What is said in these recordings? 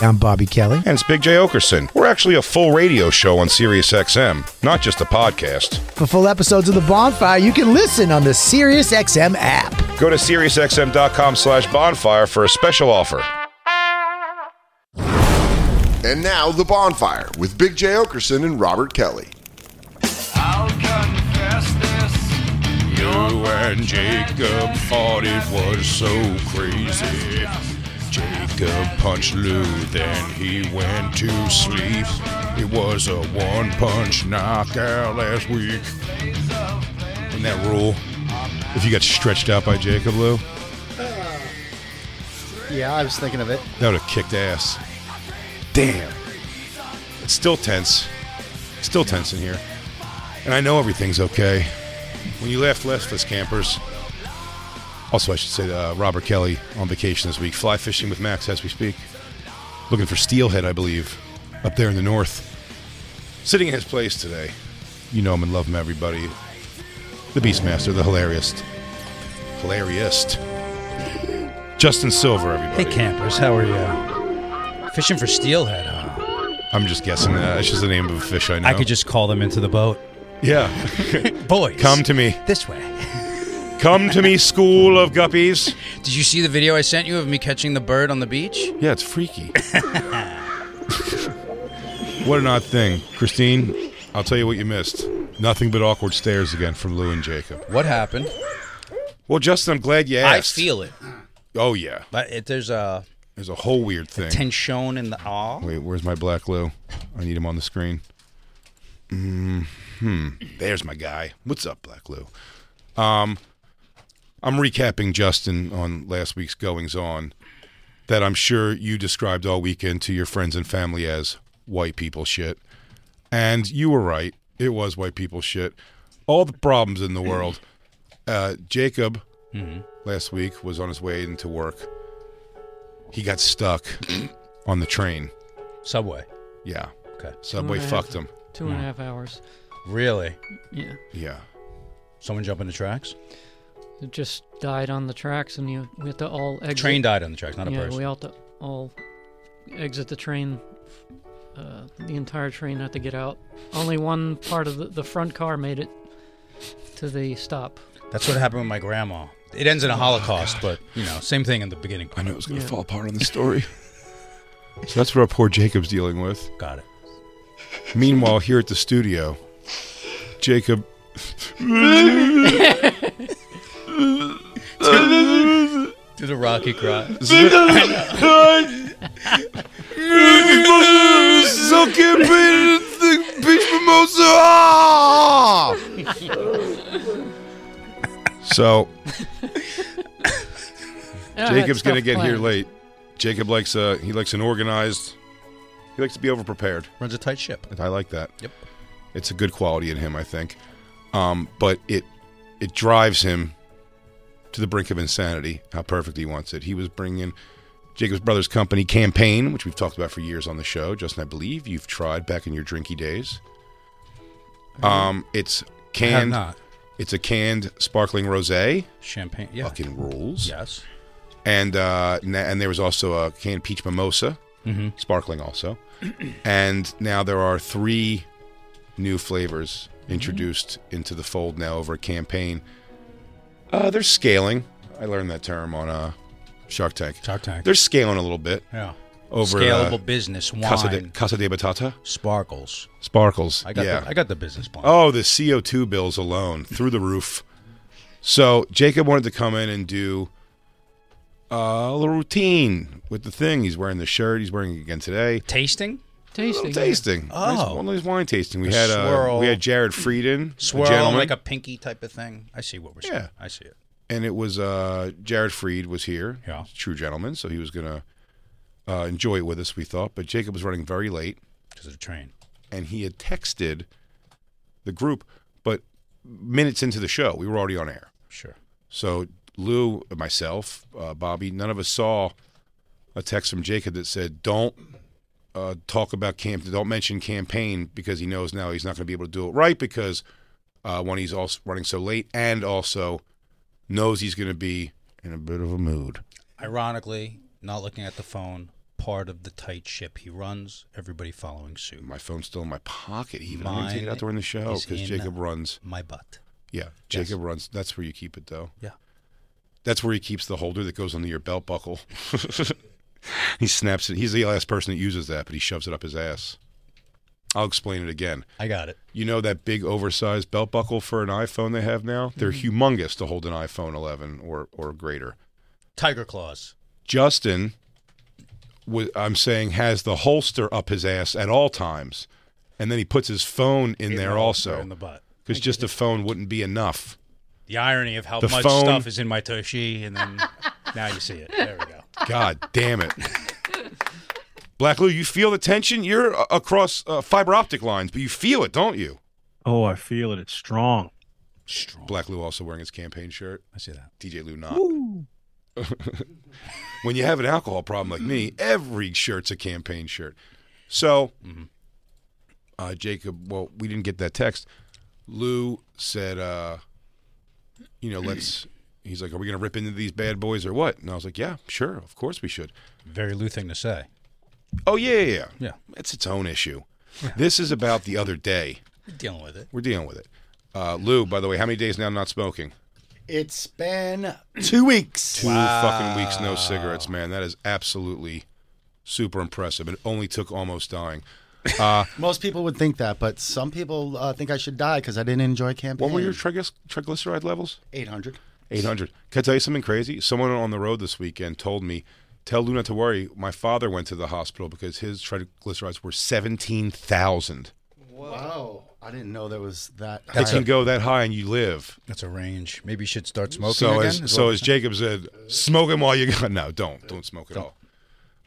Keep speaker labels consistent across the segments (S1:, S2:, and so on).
S1: I'm Bobby Kelly.
S2: And it's Big J. Okerson. We're actually a full radio show on SiriusXM, not just a podcast.
S1: For full episodes of The Bonfire, you can listen on the SiriusXM app.
S2: Go to SiriusXM.com slash bonfire for a special offer.
S3: And now The Bonfire with Big J. Okerson and Robert Kelly.
S4: I'll confess this.
S2: You and Jacob thought it was so crazy. Jacob punched Lou, then he went to sleep. It was a one punch knockout last week. Isn't that rule? If you got stretched out by Jacob Lou,
S1: Yeah, I was thinking of it.
S2: that would have kicked ass. Damn. It's still tense. Still tense in here. And I know everything's okay. When you laugh less, us campers. Also, I should say uh, Robert Kelly on vacation this week, fly fishing with Max as we speak. Looking for steelhead, I believe, up there in the north. Sitting in his place today. You know him and love him, everybody. The Beastmaster, the hilarious. Hilarious. Justin Silver, everybody.
S5: Hey campers, how are you? Fishing for steelhead, huh?
S2: I'm just guessing that. It's just the name of a fish I know.
S5: I could just call them into the boat.
S2: Yeah.
S5: Boys,
S2: Come to me.
S5: this way.
S2: Come to me, school of guppies.
S5: Did you see the video I sent you of me catching the bird on the beach?
S2: Yeah, it's freaky. what an odd thing. Christine, I'll tell you what you missed. Nothing but awkward stares again from Lou and Jacob.
S5: What happened?
S2: Well, Justin, I'm glad you asked.
S5: I feel it,
S2: Oh, yeah.
S5: but it, there's a
S2: There's a whole weird thing.
S5: tension in the awe.
S2: Wait, where's my black Lou? I need him on the screen. Hmm. There's my guy. What's up, Black Lou? Um, I'm recapping Justin on last week's goings on that I'm sure you described all weekend to your friends and family as white people shit. And you were right. It was white people shit. All the problems in the world. Uh, Jacob last week was on his way into work. He got stuck on the train.
S5: Subway.
S2: Yeah.
S5: Okay.
S2: Subway
S6: Two and a half.
S2: fucked him.
S6: Two and a half hours.
S5: Really?
S6: Yeah.
S2: Yeah.
S5: Someone jumping the tracks?
S6: It just died on the tracks, and you we had to all exit.
S5: Train died on the tracks, not a
S6: yeah,
S5: person.
S6: we all to all exit the train. Uh, the entire train had to get out. Only one part of the, the front car made it to the stop.
S5: That's what happened with my grandma. It ends in a Holocaust, but you know, same thing in the beginning.
S2: I knew it was going to
S6: Yeah.
S2: fall apart on the story. so that's what our poor Jacob's dealing with.
S5: Got it.
S2: Meanwhile, here at the studio, Jacob.
S5: Do the Rocky cry.
S2: Sucking the beach mimosa! so,
S6: And I had
S2: Jacob's going to
S6: stuff
S2: get here
S6: planned.
S2: late. Jacob likes uh, he likes an organized. He likes to be over prepared.
S5: Runs a tight ship.
S2: I like that.
S5: Yep.
S2: It's a good quality in him, I think. Um, but it it drives him to the brink of insanity. How perfect he wants it. He was bringing Jacob's Brothers Company campaign, which we've talked about for years on the show. Justin, I believe you've tried back in your drinky days. Um, it's
S5: I have
S2: canned.
S5: not.
S2: It's a canned sparkling rosé.
S5: Champagne. Yeah.
S2: Fucking rules.
S5: Yes.
S2: And uh, na- and there was also a canned peach mimosa
S5: Mm-hmm.
S2: sparkling also. and now there are three new flavors
S5: Mm-hmm.
S2: introduced into the fold now over a campaign. Uh, they're scaling. I learned that term on uh, Shark Tank.
S5: Shark Tank.
S2: They're scaling a little bit.
S5: yeah.
S2: over
S5: Scalable
S2: uh,
S5: business, wine,
S2: Casa de, Casa de Batata
S5: sparkles.
S2: Sparkles.
S5: I got,
S2: yeah.
S5: the, I got the business plan.
S2: Oh, the CO2 bills alone through the roof. So Jacob wanted to come in and do uh, a little routine with the thing. He's wearing the shirt. He's wearing it again today.
S5: Tasting?
S2: A little
S6: Tasting. yeah.
S2: tasting.
S5: Oh.
S2: Nice- one of those wine tasting. We
S5: The
S2: had uh,
S5: swirl.
S2: we had Jared Frieden, a
S5: Swirl,
S2: gentleman,
S5: like a pinky type of thing. I see what we're saying.
S2: Yeah.
S5: I see it.
S2: and it was uh, Jared Fried was here.
S5: Yeah.
S2: He's a true gentleman. So he was gonna uh, enjoy it with us. We thought, but Jacob was running very late.
S5: Because of the train.
S2: and he had texted the group, but minutes into the show, we were already on air.
S5: Sure.
S2: So Lou, myself, uh, Bobby, none of us saw a text from Jacob that said, "Don't uh, talk about camp. Don't mention campaign because he knows now he's not going to be able to do it right because uh, when he's also running so late and also knows he's going to be in a bit of a mood."
S5: Ironically, not looking at the phone, part of the tight ship he runs, everybody following suit.
S2: My phone's still in my pocket. Even I'm going to take it
S5: Mine
S2: out during the show
S5: is
S2: because
S5: in
S2: Jacob runs.
S5: My butt.
S2: Yeah,
S5: Yes.
S2: Jacob runs. That's where you keep it though.
S5: Yeah.
S2: That's where he keeps the holder that goes under your belt buckle. he snaps it. He's the last person that uses that, but he shoves it up his ass. I'll explain it again.
S5: I got it.
S2: You know that big oversized belt buckle for an iPhone they have now? They're
S5: Mm-hmm.
S2: humongous to hold an iPhone 11 or or greater.
S5: Tiger claws.
S2: Justin, wa- I'm saying, has the holster up his ass at all times, and then he puts his phone in, there
S5: the- In
S2: also
S5: the butt.
S2: because just a phone wouldn't be enough.
S5: The irony of how
S2: The
S5: much
S2: phone-
S5: stuff is in my tushy, and then now you see it. There we go.
S2: God damn it. Black Lou, you feel the tension? You're a- across uh, fiber optic lines, but you feel it, don't you?
S7: Oh, I feel it. It's strong.
S5: Strong.
S2: Black Lou also wearing his campaign shirt.
S5: I see that.
S2: DJ Lou not. when you have an alcohol problem like me, every shirt's a campaign shirt. So,
S5: Mm-hmm.
S2: uh, Jacob, well, we didn't get that text. Lou said, uh, you know, let's. He's like, are we going to rip into these bad boys or what? And I was like, yeah, sure. Of course we should.
S5: Very Lou thing to say.
S2: Oh, yeah, yeah, yeah.
S5: Yeah.
S2: It's its own issue. This is about the other day.
S5: Dealing with it.
S2: We're dealing with it. Uh, Lou, by the way, how many days now I'm not smoking?
S8: It's been two weeks.
S2: Two fucking weeks, no cigarettes, man. That is absolutely super impressive. It only took almost dying.
S8: Most people would think that, but some people uh, think I should die because I didn't enjoy campaign.
S2: What were your triglyc- triglyceride levels?
S8: 800.
S2: 800. Can I tell you something crazy? Someone on the road this weekend told me, tell Lou not to worry. My father went to the hospital because his triglycerides were 17,000.
S8: Wow. I didn't know there was that.
S2: It
S8: high.
S2: can go that high and you live.
S5: That's a range. Maybe you should start smoking
S2: so
S5: again.
S2: as
S5: is
S2: so
S5: what-
S2: as Jacob said, smoke him while you got. No, don't don't smoke at all.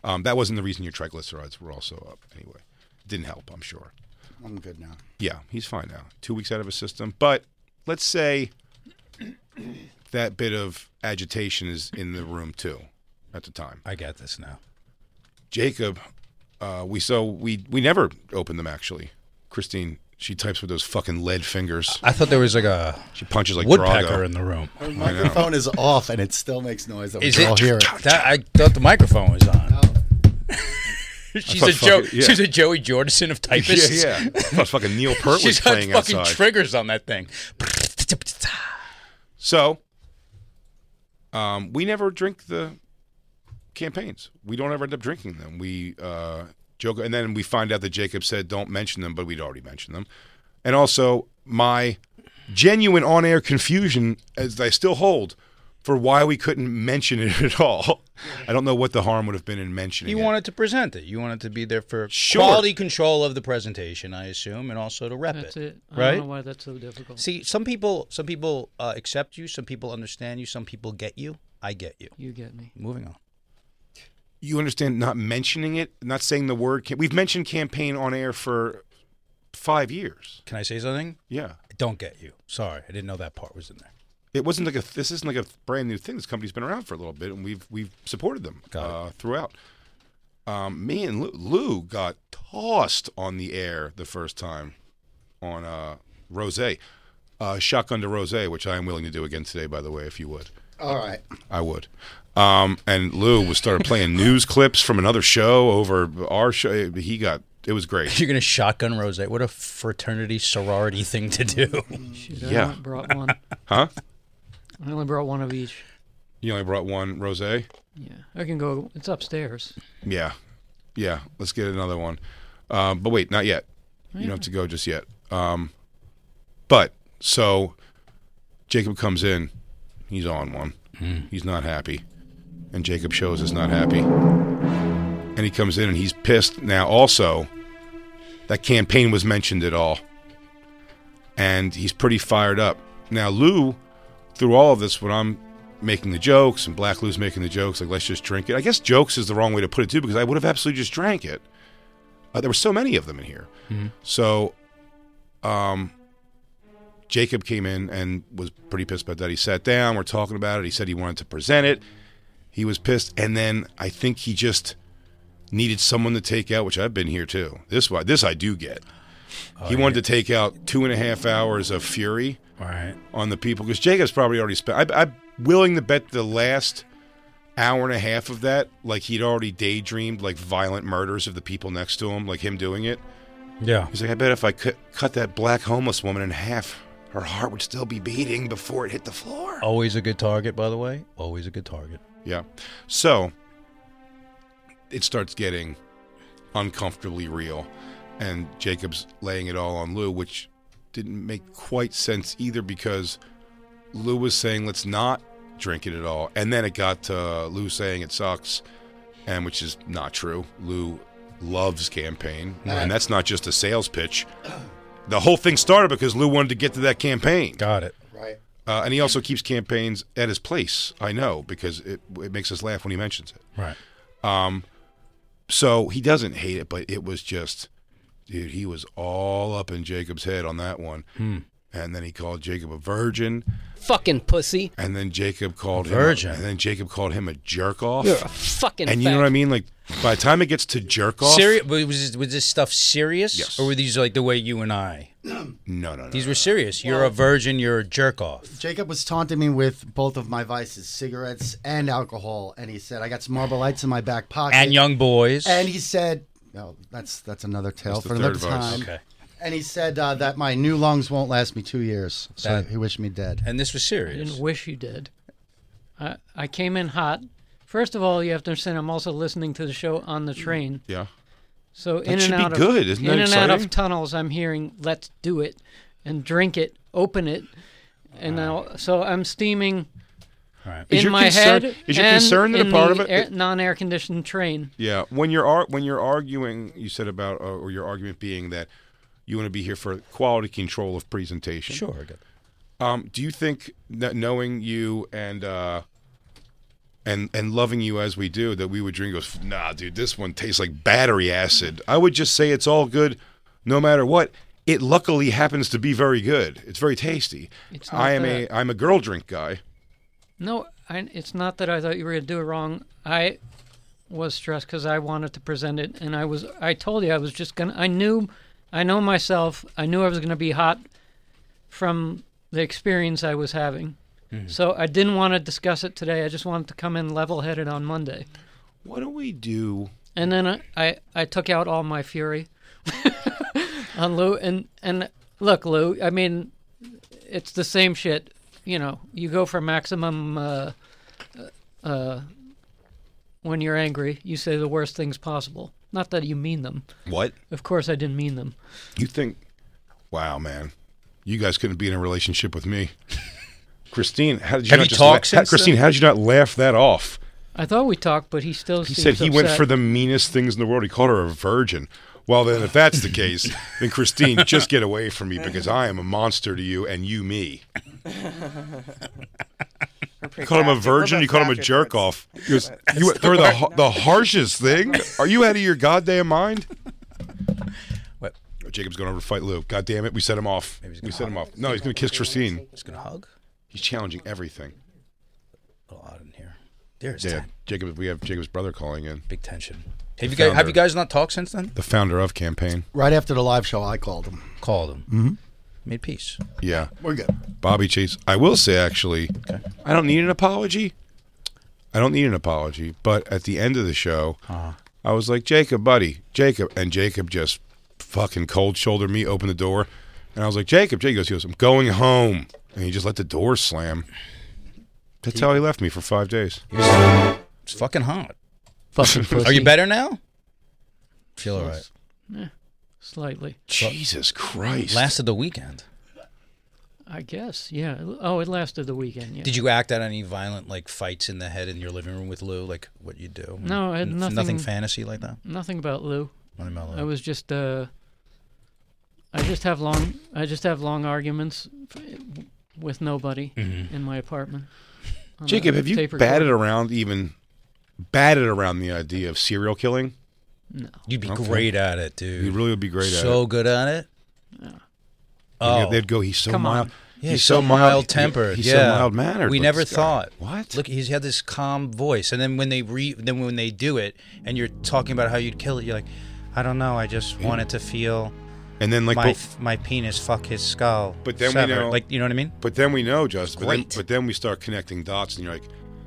S2: Um, that wasn't the reason your triglycerides were also up anyway. Didn't help, I'm sure.
S8: I'm good now.
S2: Yeah, he's fine now. Two weeks out of his system, but let's say that bit of agitation is in the room too at the time.
S5: I got this now.
S2: Jacob, uh, we so we we never opened them actually. Christine, she types with those fucking lead fingers.
S5: I thought there was like a
S2: She punches like
S5: woodpecker
S2: Drago.
S5: in the room.
S8: The microphone is off and it still makes noise. That we
S5: Is
S8: can
S5: it?
S8: all hear it.
S5: That, I thought the microphone was on. she's
S2: thought
S5: a Joe.
S2: fucking- yeah.
S5: She's a Joey Jordison of
S2: yeah,
S5: typists.
S2: yeah. I thought fucking Neil Peart was
S5: she's got
S2: playing
S5: fucking
S2: outside.
S5: triggers on that thing.
S2: So, um, we never drink the campaigns. We don't ever end up drinking them. We uh, joke, and then we find out that Jacob said, "Don't mention them," but we'd already mentioned them. And also, my genuine on-air confusion, as I still hold, for why we couldn't mention it at all. I don't know what the harm would have been in mentioning
S5: You
S2: it.
S5: wanted to present it. You wanted to be there for
S2: Sure.
S5: quality control of the presentation, I assume, and also to rep
S6: That's
S5: it.
S6: it. I
S5: Right?
S6: don't know why that's so difficult.
S5: See, some people, some people uh, accept you. Some people understand you. Some people get you. I get you.
S6: you get me.
S5: Moving on.
S2: you understand not mentioning it, not saying the word. Cam- We've mentioned campaign on air for five years.
S5: Can I say something?
S2: Yeah.
S5: I don't get you. Sorry, I didn't know that part was in there.
S2: it wasn't like a this isn't like a brand new thing. This company's been around for a little bit, and we've we've supported them
S5: Got it.
S2: uh, throughout. Um, me and Lou, Lou got tossed on the air the first time on uh, Rose, uh, Shotgun to Rose, which I am willing to do again today, by the way, if you would.
S8: All right.
S2: I would. Um, and Lou was started playing news clips from another show over our show. He got it was great.
S5: You're gonna shotgun rose. What a fraternity sorority thing to do.
S6: Shoot, I
S2: Yeah.
S6: only brought one.
S2: Huh?
S6: I only brought one of each.
S2: You only brought one Rose.
S6: Yeah. I can go. It's upstairs.
S2: Yeah. Yeah, let's get another one. Um, but wait, not yet. You don't have to go just yet. Um, but so Jacob comes in. He's on one. He's not happy. And Jacob shows is not happy. And he comes in and he's pissed. Now, also, that campaign was mentioned at all. And he's pretty fired up. Now, Lou, through all of this, when I'm making the jokes and Black Lou's making the jokes, like, let's just drink it. I guess jokes is the wrong way to put it, too, because I would have absolutely just drank it. Uh, there were so many of them in here. So, um, Jacob came in and was pretty pissed about that. He sat down. We're talking about it. He said he wanted to present it. He was pissed, and then I think he just needed someone to take out, which I've been here too. This why this I do get. he wanted to take out two and a half hours of fury
S5: All right.
S2: on the people because Jacob's probably already spent. I, I'm willing to bet the last hour and a half of that, like he'd already daydreamed like violent murders of the people next to him, like him doing it.
S5: Yeah.
S2: He's like, I bet if I cut, cut that black homeless woman in half, her heart would still be beating before it hit the floor.
S5: Always a good target, by the way. Always a good target.
S2: Yeah. So it starts getting uncomfortably real, and Jacob's laying it all on Lou, which didn't make quite sense either because Lou was saying, let's not drink it at all. And then it got to Lou saying it sucks, and which is not true. Lou loves campaign, and that's not just a sales pitch. The whole thing started because Lou wanted to get to that campaign.
S5: Got it.
S2: Uh, and he also keeps campaigns at his place. I know because it it makes us laugh when he mentions it.
S5: Right.
S2: Um, so he doesn't hate it, but it was just, dude, he was all up in Jacob's head on that one.
S6: Hmm.
S2: And then he called Jacob a virgin,
S9: Fucking pussy.
S2: and then Jacob called
S5: Virgin.
S2: him, and then Jacob called him a jerk off.
S9: You're a fucking.
S2: and you know
S9: fag.
S2: what I mean? Like by the time it gets to jerk off,
S5: Serious? Was this, was this stuff serious?
S2: Yes.
S5: Or were these like the way you and I?
S2: no, no, no.
S5: These were serious. You're a virgin. You're a jerk off.
S8: Jacob was taunting me with both of my vices, cigarettes and alcohol, and he said, "I got some Marble Lights in my back pocket."
S5: And young boys.
S8: And he said, "No, that's that's another tale
S2: That's the
S8: for another
S2: third vice.
S8: time."
S5: okay.
S8: And he said uh, that my new lungs won't last me two years, so
S5: That-
S8: he wished me dead.
S5: And this was
S6: I didn't
S5: serious.
S6: wish you did. I I came in hot. First of all, you have to understand I'm also listening to the show on the train.
S2: yeah.
S6: So in
S2: should
S6: and
S2: be
S6: out of
S2: good. Isn't that
S6: in and out
S2: exciting?
S6: of tunnels, I'm hearing "Let's do it," and drink it, open it, and now so I'm steaming
S5: All right.
S2: Is
S6: in
S2: your
S6: my
S2: concern-
S6: head.
S2: is your
S6: and
S2: concern that a
S6: in
S2: part
S6: the
S2: of it-
S6: air- non-air conditioned train?
S2: Yeah, when you're ar- when you're arguing, you said about uh, or your argument being that you want to be here for quality control of presentation.
S5: Sure. I got-
S2: Um, do you think that knowing you and uh, and and loving you as we do, that we would drink goes? Nah, dude, this one tastes like battery acid. I would just say it's all good, no matter what. It luckily happens to be very good. It's very tasty.
S6: It's not
S2: I am
S6: that.
S2: a I'm a girl drink guy.
S6: No, I, it's not that I thought you were going to do it wrong. I was stressed because I wanted to present it, and I was. I told you I was just gonna. I knew, I know myself. I knew I was going to be hot from the experience I was having. So I didn't want to discuss it today. I just wanted to come in level-headed on Monday,
S2: What do we do?
S6: and then I I, I took out all my fury on Lou. And and look, Lou. I mean, it's the same shit. You know, you go for maximum. Uh, when you're angry, you say the worst things possible. Not that you mean them.
S2: What
S6: Of course, I didn't mean them.
S2: You think, wow, man, you guys couldn't be in a relationship with me. Christine, how did you
S5: Have
S2: not
S5: you
S2: just
S5: talked
S2: la- how-
S5: since
S2: Christine, how did you not laugh that off?
S6: I thought we talked, but he still.
S2: He said he went for the meanest things in the world. He called her a virgin. Well, then, if that's the case, then Christine, just get away from me because I am a monster to you and you me. You called him a virgin. You called him a jerk off. You was- you went through the har- the harshest thing. Are you out of your goddamn mind?
S5: What?
S2: Oh, Jacob's going over to fight Lou. God damn it, we set him off.
S5: Maybe he's
S2: We
S5: gonna
S2: set him off. No, he's going to kiss Christine.
S5: Just gonna hug.
S2: He's challenging everything.
S5: A little odd in here. There's
S2: Yeah,
S5: ten-
S2: Jacob. We have Jacob's brother calling in,
S5: big tension. Have you guys have you
S2: founder.
S5: guys not talked since then?
S2: the founder of Campaign.
S8: Right after the live show, I called him.
S5: Called him. Mm-hmm. Made peace.
S2: Yeah,
S8: We're good.
S2: Bobby Chase. I will say actually, I don't need an apology. I don't need an apology. But at the end of the show, I was like, Jacob, buddy, Jacob, and Jacob just fucking cold shouldered me, opened the door, and I was like, Jacob, Jacob goes, he goes, I'm going home, and he just let the door slam. That's how he left me for five days.
S5: It's fucking hot.
S6: Fucking
S5: Are you better now? Feel all right.
S6: Eh, slightly.
S2: Jesus Christ.
S5: Lasted the weekend.
S6: I guess. Yeah. Oh, it lasted the weekend. Yeah.
S5: Did you act out any violent like fights in the head in your living room with Lou? Like what you do?
S6: No, I had
S5: N-
S6: nothing.
S5: Nothing fantasy like that.
S6: Nothing about Lou.
S5: Nothing about Lou.
S6: I was just. Uh, I just have long. I just have long arguments f- with nobody
S2: Mhm.
S6: in my apartment. on a
S2: Jacob, have you
S6: tape recorder.
S2: batted around even batted around the idea of serial killing?
S6: No.
S5: You'd be
S2: Okay.
S5: great at it, dude.
S2: You really would be great at
S5: So
S2: it.
S5: good at it.
S2: They'd-
S5: Oh.
S2: They'd go, he's so
S5: Come on.
S2: mild.
S5: Yeah,
S2: he's so mild
S5: tempered.
S2: He's
S5: yeah.
S2: so mild mannered.
S5: We never thought. What? Look, he's had this calm voice, and then when they re, then when they do it, and you're talking about how you'd kill it, you're like, I don't know. I just
S2: Yeah.
S5: wanted to feel.
S2: And then, like,
S5: my
S2: but-
S5: f- my penis fuck his skull.
S2: But then
S5: severed.
S2: we know,
S5: like you know what I mean.
S2: But then we know, Justin. But then,
S5: Great.
S2: but then we start connecting dots, and you're like,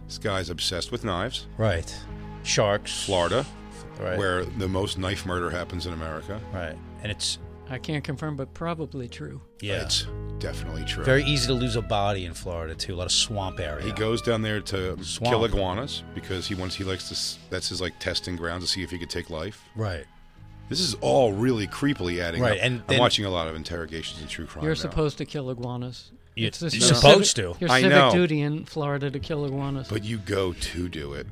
S2: this guy's obsessed with knives.
S5: Right. Sharks.
S2: Florida,
S5: Right.
S2: where the most knife murder happens in America.
S5: Right. And it's
S6: I can't confirm, but probably true.
S5: yeah.
S2: It's definitely true.
S5: Very easy to lose a body in Florida too. A lot of swamp area.
S2: He goes down there to
S5: Swamp.
S2: kill iguanas because he wants he likes to. s- That's his like testing ground to see if he could take life.
S5: Right.
S2: This is all really creepily adding
S5: Right,
S2: up.
S5: and
S2: I'm
S5: then-
S2: watching a lot of interrogations and true crime.
S6: You're
S2: now.
S6: supposed to kill iguanas.
S5: You-
S6: It's just
S5: you're
S6: your
S5: supposed
S6: civic-
S5: to.
S6: Your
S2: I
S6: civic
S2: know.
S6: duty in Florida to kill iguanas.
S2: but you go to do it.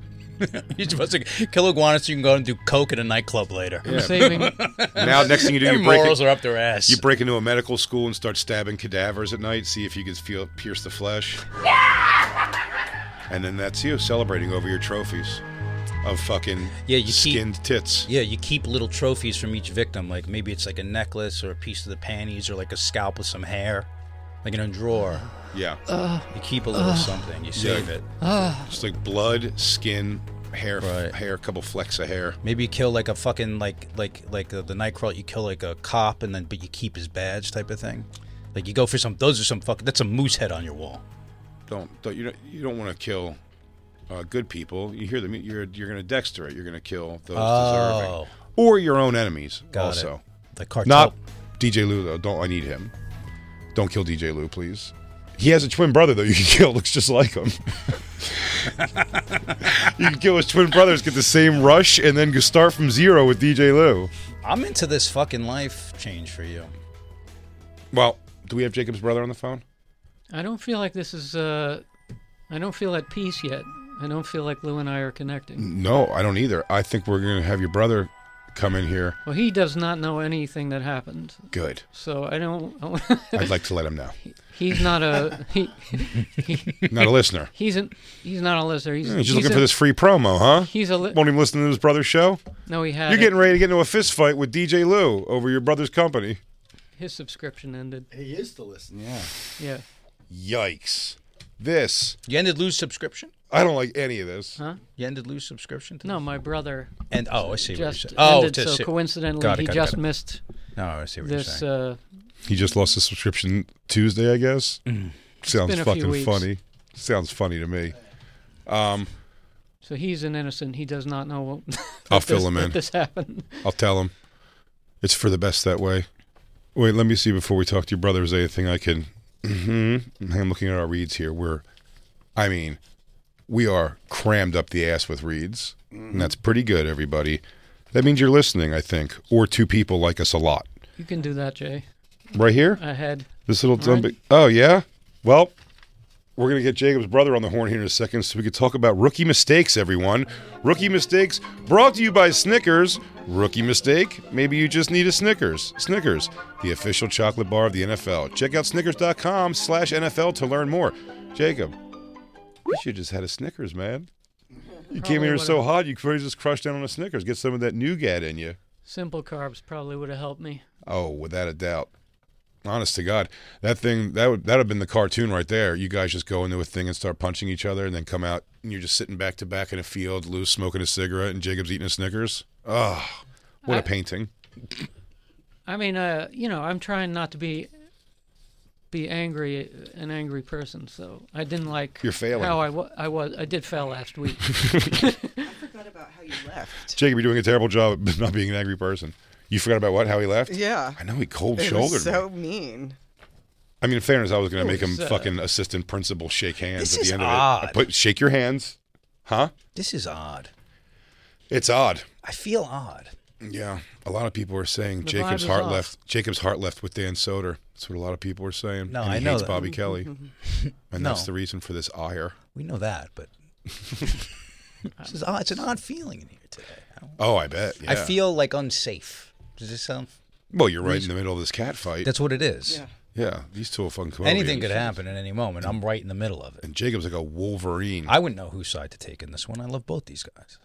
S5: You're supposed to kill iguanas so you can go and do coke at a nightclub later.
S6: I'm saving.
S2: Now, next thing you do,
S5: Their
S2: you break
S5: morals
S2: it-
S5: are up their ass.
S2: You break into a medical school and start stabbing cadavers at night. See if you can feel pierce the flesh. and then that's you celebrating over your trophies of fucking
S5: Yeah, you keep-
S2: skinned tits.
S5: Yeah, you keep little trophies from each victim. Like maybe it's like a necklace or a piece of the panties or like a scalp with some hair, like in a drawer.
S2: Yeah.
S5: you keep a little something. You save
S2: Yeah.
S5: it.
S2: Just like blood, skin, hair, hair, couple flecks of hair.
S5: Maybe you kill like a fucking like like like uh, the Nightcrawler. You kill like a cop and then but you keep his badge type of thing. Like you go for some. Those are some fucking. That's a moose head on your wall.
S2: Don't, don't you don't you don't want to kill uh, good people. You hear them. You're you're gonna Dexter it. You're gonna kill those
S5: Oh.
S2: deserving or your own enemies.
S5: Got it.
S2: also,
S5: The cartel.
S2: Not DJ Lou though. Don't I need him? Don't kill DJ Lou, please. He has a twin brother though. You can kill. Looks just like him. you can kill his twin brothers. Get the same rush and then go start from zero with DJ Lou.
S5: I'm into this fucking life change for you.
S2: Well, do we have Jacob's brother on the phone?
S6: I don't feel like this is. Uh, I don't feel at peace yet. I don't feel like Lou and I are connecting.
S2: No, I don't either. I think we're gonna have your brother come in here.
S6: Well, he does not know anything that happened,
S2: Good.
S6: so I don't.
S2: I'd like to let him know.
S6: he's not a. He, he-
S2: Not a listener.
S6: He's an. He's not a listener. He's,
S2: Yeah, He's just looking for this free promo, huh?
S6: He's a li-
S2: won't even listen to his brother's show.
S6: No, he had.
S2: You're
S6: it.
S2: getting ready to get into a fist fight with DJ Lou over your brother's company.
S6: His subscription ended.
S8: He is to listen. Yeah.
S6: Yeah.
S2: Yikes! This
S5: You ended Lou's subscription.
S2: I don't like any of this.
S6: Huh?
S5: You ended Lou's subscription. To
S6: No,
S5: this?
S6: my brother.
S5: And oh, I see
S6: Just
S5: what you're saying. Oh,
S6: ended,
S5: to
S6: so
S5: see-
S6: coincidentally,
S5: Got it,
S6: he
S5: got it,
S6: just
S5: got it.
S6: missed
S5: No, I see what you're
S6: this.
S5: saying.
S6: Uh,
S2: He just lost his subscription Tuesday, I guess.
S6: Mm.
S2: Sounds
S6: been a few
S2: fucking
S6: weeks.
S2: funny. Sounds funny to me. Um,
S6: so he's an innocent. He does not know. What,
S2: I'll
S6: that
S2: fill
S6: this-
S2: him
S6: that
S2: in.
S6: This happened.
S2: I'll tell him. It's for the best that way. Wait, let me see before we talk to your brother. Is there anything I can? hmm I'm looking at our reads here. We're, I mean, we are crammed up the ass with reads, and that's pretty good, everybody. That means you're listening, I think, or two people like us a lot.
S6: You can do that, Jay.
S2: Right here,
S6: I had.
S2: this little dumb.
S6: Right.
S2: Oh yeah. Well, we're gonna get Jacob's brother on the horn here in a second, so we can talk about rookie mistakes. Everyone, rookie mistakes brought to you by Snickers. Rookie mistake? Maybe you just need a Snickers. Snickers, the official chocolate bar of the NFL. Check out Snickers.com/NFL to learn more. Jacob, you should just had a Snickers, man. You came
S6: Probably
S2: here so
S6: would've-
S2: hot, you could just crushed down on a Snickers. Get some of that nougat in you.
S6: Simple carbs probably would have helped me.
S2: Oh, without a doubt. Honest to God, that thing that would that have been the cartoon right there. You guys just go into a thing and start punching each other, and then come out and you're just sitting back to back in a field, Lou's smoking a cigarette, and Jacob's eating a Snickers. Oh, what a
S6: I-
S2: painting!
S6: I mean, uh, you know, I'm trying not to be be angry, an angry person. So I didn't like
S2: You're failing.
S6: how I, wa- I was. I did fail last week.
S2: Jacob, you're doing a terrible job of not being an angry person. You forgot about what? How he left?
S10: Yeah.
S2: I know he cold
S10: It
S2: shouldered.
S10: was so mean.
S2: I mean, in fairness, I was going
S10: It
S2: to make him
S10: was, uh,
S2: fucking assistant principal shake hands
S5: This
S2: at
S5: is
S2: the end of it.
S5: odd.
S2: I put shake your hands, huh?
S5: This is odd.
S2: It's odd.
S5: I feel odd.
S2: Yeah, a lot of people are saying
S5: The
S2: Jacob's
S5: vibe is
S2: heart
S5: off.
S2: left. Jacob's heart left with Dan Soder. That's what a lot of people are saying.
S5: No,
S2: and
S5: I
S2: he
S5: know
S2: hates
S5: that.
S2: Bobby Kelly, and
S5: No.
S2: that's the reason for this ire.
S5: We know that, but This is odd- it's an odd feeling in here today. don't-
S2: Oh, I bet. Yeah.
S5: I feel like unsafe. Does this sound?
S2: Well, you're right in the middle of this cat fight.
S5: That's what it is. Yeah.
S2: Yeah, these two are fucking.
S5: Anything
S2: comedians.
S5: could happen at any moment. I'm right in the middle of it.
S2: And Jacob's like a Wolverine.
S5: I wouldn't know whose side to take in this one. I love both these guys.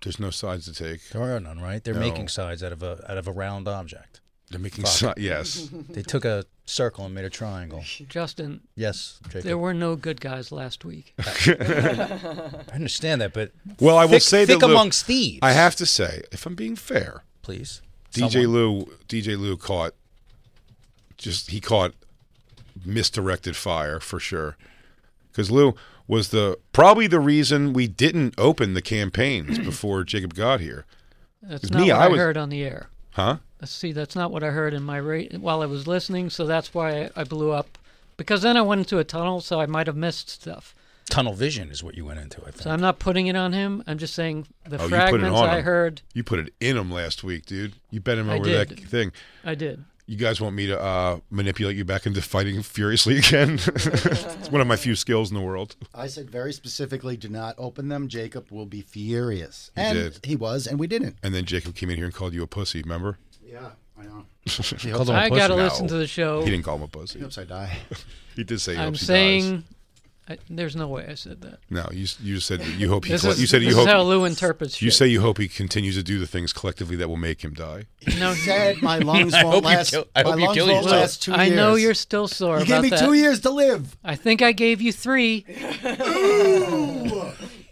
S2: There's no sides to take.
S5: There are none, right? They're
S2: No.
S5: making sides out of a out of a round object.
S2: They're making
S5: Fuck.
S2: si- yes.
S5: they took a circle and made a triangle.
S6: Justin.
S5: Yes, Jacob.
S6: There were no good guys last week.
S5: I understand that, but
S2: Well, I will
S5: thick-
S2: say
S5: thick
S2: that Lou-
S5: amongst thieves.
S2: I have to say, if I'm being fair,
S5: Please.
S2: DJ Lou, DJ Lou caught just he caught misdirected fire for sure. Because Lou was the probably the reason we didn't open the campaigns before Jacob got here.
S6: That's
S2: 'Cause
S6: not
S2: me,
S6: what
S2: I
S6: I,
S2: was-
S6: heard on the air.
S2: Huh?
S6: Uh, See, that's not what I heard in my rate while I was listening, so that's why I, I blew up. Because then I went into a tunnel, so I might have missed stuff.
S5: Tunnel vision is what you went into. I think.
S6: So I'm not putting it on him. I'm just saying the
S2: Oh, you put it
S6: fragments
S2: on
S6: I
S2: him.
S6: heard.
S2: You put it in him last week, dude. You bet him
S6: I
S2: over
S6: did.
S2: that thing.
S6: I did.
S2: You guys want me to uh, manipulate you back into fighting furiously again? it's one of my few skills in the world.
S8: I said very specifically, do not open them. Jacob will be furious.
S2: He
S8: and
S2: did.
S8: he was, and we didn't.
S2: And then Jacob came in here and called you a pussy. Remember?
S8: Yeah, I know.
S2: He
S8: Called him a I pussy? gotta listen
S6: to the show.
S2: He didn't call him a pussy.
S8: He hopes I die.
S2: He did say. He
S6: Oh. I'm
S2: hopes he dies.
S6: saying I, there's no way I said that.
S2: No, you you said that you hope he.
S6: This
S2: colle-
S6: is-
S2: you said
S6: this
S2: you
S6: is
S2: hope
S6: how Lou interprets
S2: You
S6: shit.
S2: say you hope he continues to do the things collectively that will make him die.
S6: No,
S8: said my lungs
S5: I
S8: won't
S5: hope you
S8: last.
S5: kill- I
S8: my
S5: hope you
S8: lungs
S5: kill
S8: won't
S5: yourself.
S8: last two
S6: I know
S8: years.
S6: you're still sore.
S8: You gave
S6: about
S8: me
S6: that.
S8: two years to live.
S6: I think I gave you three.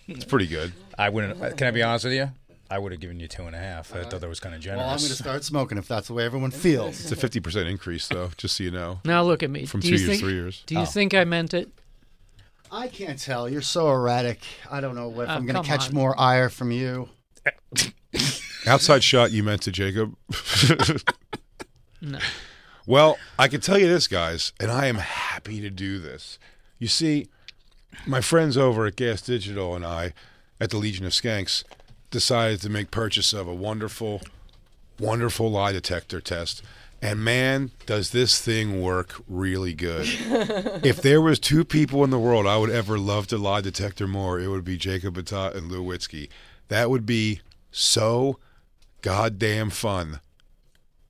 S2: It's pretty good.
S5: I wouldn't. uh, Can I be honest with you? I would have given you two and a half. I thought that was kind of generous.
S8: Well, I'm going to start smoking if that's the way everyone feels.
S2: It's a fifty percent increase, though. Just so you know.
S6: Now look at me.
S2: From
S6: do
S2: two
S6: you
S2: years,
S6: think,
S2: three years.
S6: Do you
S8: Oh.
S6: think I meant it?
S8: I can't tell. You're so erratic. I don't know if
S6: Oh,
S8: I'm going
S6: come
S8: to catch
S6: on.
S8: more ire from you.
S2: Outside shot you meant to Jacob.
S6: No.
S2: Well, I can tell you this, guys, and I am happy to do this. You see, my friends over at Gas Digital and I at the Legion of Skanks decided to make purchase of a wonderful, wonderful lie detector test. And man, does this thing work really good. if there was two people in the world I would ever love to lie detector more, it would be Jacob Batat and Lou Witzke. That would be so goddamn fun.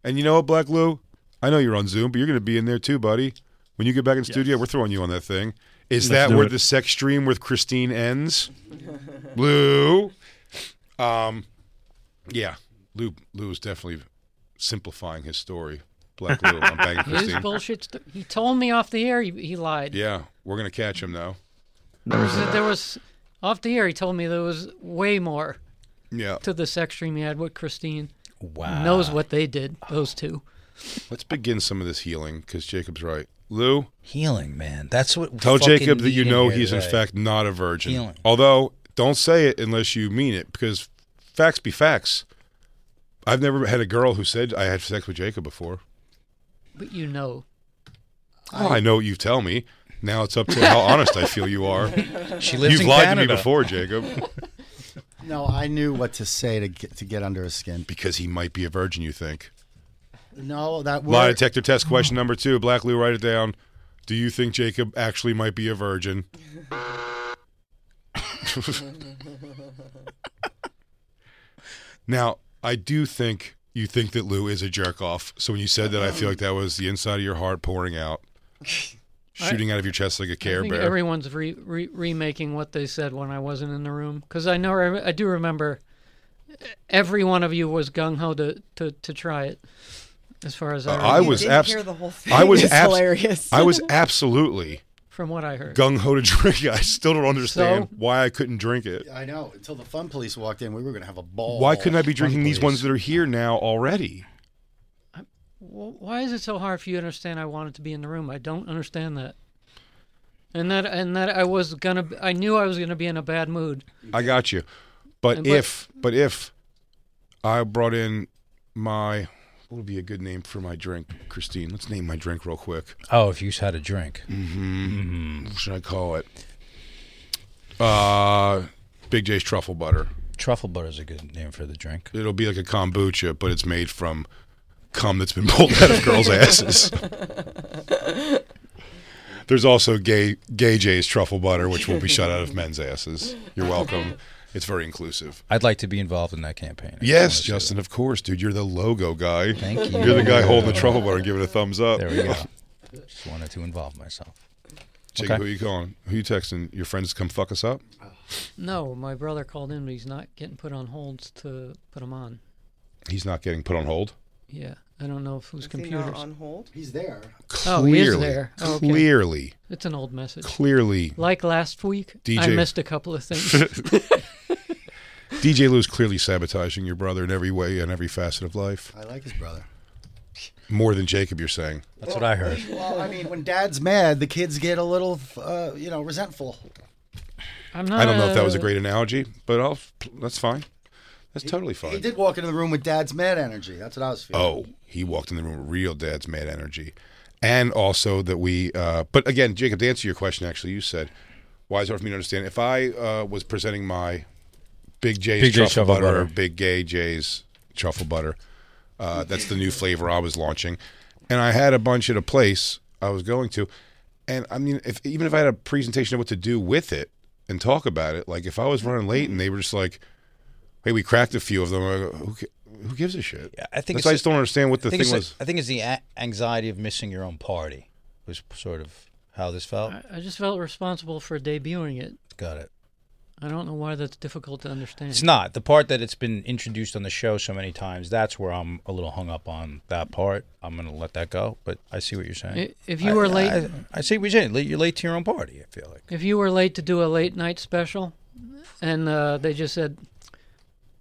S2: And you know what, Black Lou? I know you're on Zoom, but you're going to be in there too, buddy. When you get back in studio, we're throwing you on that thing. Is
S7: Let's
S2: that
S7: do
S2: where
S7: it.
S2: the sex stream with Christine ends? Lou. Um, yeah, Lou. Lou is definitely simplifying his story. Black Lou. I'm banging
S6: His
S2: Christine.
S6: bullshit. St- he told me off the air. He, he lied.
S2: Yeah, we're gonna catch him though.
S6: He said there was off the air. He told me there was way more
S2: Yeah,
S6: to the sex stream he had with Christine.
S8: Ah.
S5: Wow.
S6: Knows what they did. Those two.
S2: let's begin some of this healing because Jacob's right. Lou,
S5: Healing, man. That's what. we
S2: tell
S5: fucking
S2: Jacob that you
S5: need
S2: know
S5: here
S2: he's in
S5: today.
S2: fact not a virgin.
S5: Healing.
S2: Although, don't say it unless you mean it because facts be facts. I've never had a girl who said I had sex with Jacob before.
S6: But you know.
S2: Oh, I know what you tell me. Now it's up to how honest I feel you are.
S5: She lives
S2: You've
S5: in
S2: lied to me
S5: Canada.
S2: before, Jacob,
S8: No, I knew what to say to get, to get under his skin.
S2: because he might be a virgin. You think?
S8: No, that
S2: Lie
S8: word.
S2: detector test question number two. Black Lou, write it down. Do you think Jacob actually might be a virgin? now, I do think you think that Lou is a jerk off. So when you said that, I feel like that was the inside of your heart pouring out, shooting out of your chest like a
S6: I
S2: Care
S6: think
S2: Bear.
S6: everyone's re- re- remaking what they said when I wasn't in the room because I know I, I do remember every one of you was gung ho to, to to try it. As far as I,
S2: Uh,
S6: remember,
S2: I was
S10: did
S2: abs-
S10: hear the whole thing.
S2: I was
S10: It's
S2: abs-
S10: hilarious.
S2: I was absolutely
S6: from what I heard.
S2: gung ho to drink. it. I still don't understand
S6: So?
S2: why I couldn't drink it.
S8: I know. Until the fun police walked in, we were going to have a ball.
S2: Why couldn't I be
S8: Fun
S2: drinking these
S8: police.
S2: ones that are here now already?
S6: Wh- Why is it so hard for you to understand? I wanted to be in the room. I don't understand that. And that and that I was gonna. I knew I was gonna be in a bad mood.
S2: I got you. But
S6: And but-
S2: if but if I brought in my what would be a good name for my drink, Christine? Let's name my drink real quick.
S5: Oh, if you had a drink.
S2: Mm-hmm. What should I call it? Uh, Big J's truffle butter.
S5: Truffle butter is a good name for the drink.
S2: It'll be like a kombucha, but it's made from cum that's been pulled out of girls' asses. There's also gay gay J's truffle butter, which will be shot out of men's asses. You're welcome. It's very inclusive.
S5: I'd like to be involved in that campaign.
S2: Yes, Justin, of course, dude. You're the logo guy.
S5: Thank you.
S2: You're the guy holding the truffle butter and giving it a thumbs up.
S5: There we go. Just wanted to involve myself.
S2: Jake,
S5: Okay.
S2: who you calling? Who you texting? Your friends to come fuck us up?
S6: No, my brother called in, but he's not getting put on holds to put him on.
S2: He's not getting put on hold.
S6: Yeah, I don't know if whose
S10: Is he not
S6: computers.
S10: on hold?
S8: He's there.
S6: Oh, he is
S2: Clearly.
S6: there. Oh, okay.
S2: Clearly.
S6: It's an old message.
S2: Clearly.
S6: Like last week, I
S2: DJ.
S6: missed a couple of things.
S2: DJ Lou's clearly sabotaging your brother in every way and every facet of life.
S8: I like his brother.
S2: More than Jacob, you're saying.
S5: That's what I heard.
S8: Well, I mean, when dad's mad, the kids get a little, uh, you know, resentful.
S6: I'm
S2: I don't know if that
S6: Uh,
S2: was a great analogy, but I'll, that's fine. That's totally fine.
S8: He did walk into the room with dad's mad energy. That's what I was feeling.
S2: Oh, he walked in the room with real dad's mad energy. And also that we, uh, but again, Jacob, to answer your question, actually, you said, why is it hard for me to understand? If I uh, was presenting my Big J's
S5: Big J's truffle
S2: truffle butter, or
S5: butter.
S2: Big Gay J's truffle butter, uh, that's the new flavor I was launching. And I had a bunch at a place I was going to. And I mean, if even if I had a presentation of what to do with it and talk about it, like if I was running late and they were just like, hey, we cracked a few of them, I go, who, ca- who gives a shit?
S5: I think
S2: That's
S5: it's-
S2: why I just don't understand what the
S5: I think
S2: thing
S5: it's
S2: was.
S5: the- I think it's the a- anxiety of missing your own party was sort of how this felt.
S6: I just felt responsible for debuting it.
S5: Got it.
S6: I don't know why that's difficult to understand.
S5: It's not the part that it's been introduced on the show so many times. That's where I'm a little hung up on that part. I'm going to let that go. But I see what you're saying.
S6: I- if you
S5: I-
S6: were late-
S5: I, I see what you're saying. You're late to your own party. I feel like.
S6: If you were late to do a late night special, and uh, they just said,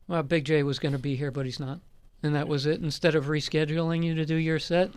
S6: "Well, Big J was going to be here, but he's not," and that was it, instead of rescheduling you to do your set,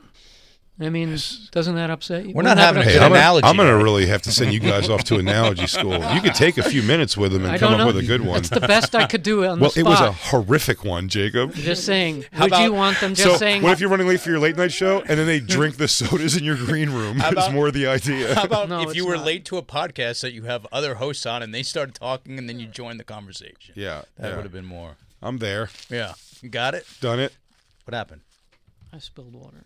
S6: I mean, doesn't that upset you?
S5: We're
S6: Wouldn't
S5: not
S6: that
S5: having a
S6: upset
S5: good
S6: you?
S2: I'm gonna-
S5: analogy.
S2: I'm going to really have to send you guys off to analogy school. You could take a few minutes with them and
S6: I
S2: come
S6: don't
S2: up
S6: know.
S2: with a good one.
S6: That's the best I could do on the
S2: well, it was
S6: spot.
S2: a horrific one, Jacob.
S6: Just saying.
S5: How
S6: would you
S5: about-
S6: want them just
S2: so,
S6: saying?
S2: what if you're running late for your late night show and then they drink the sodas in your green room?
S5: How
S2: That's
S5: about-
S2: more the idea.
S5: How about
S6: No,
S5: if you
S6: it's
S5: were
S6: not.
S5: late to a podcast that you have other hosts on and they started talking and then you joined the conversation?
S2: Yeah,
S5: That
S2: yeah.
S5: would have been more.
S2: I'm there.
S5: Yeah. You got it?
S2: Done it.
S5: What happened?
S6: I spilled water.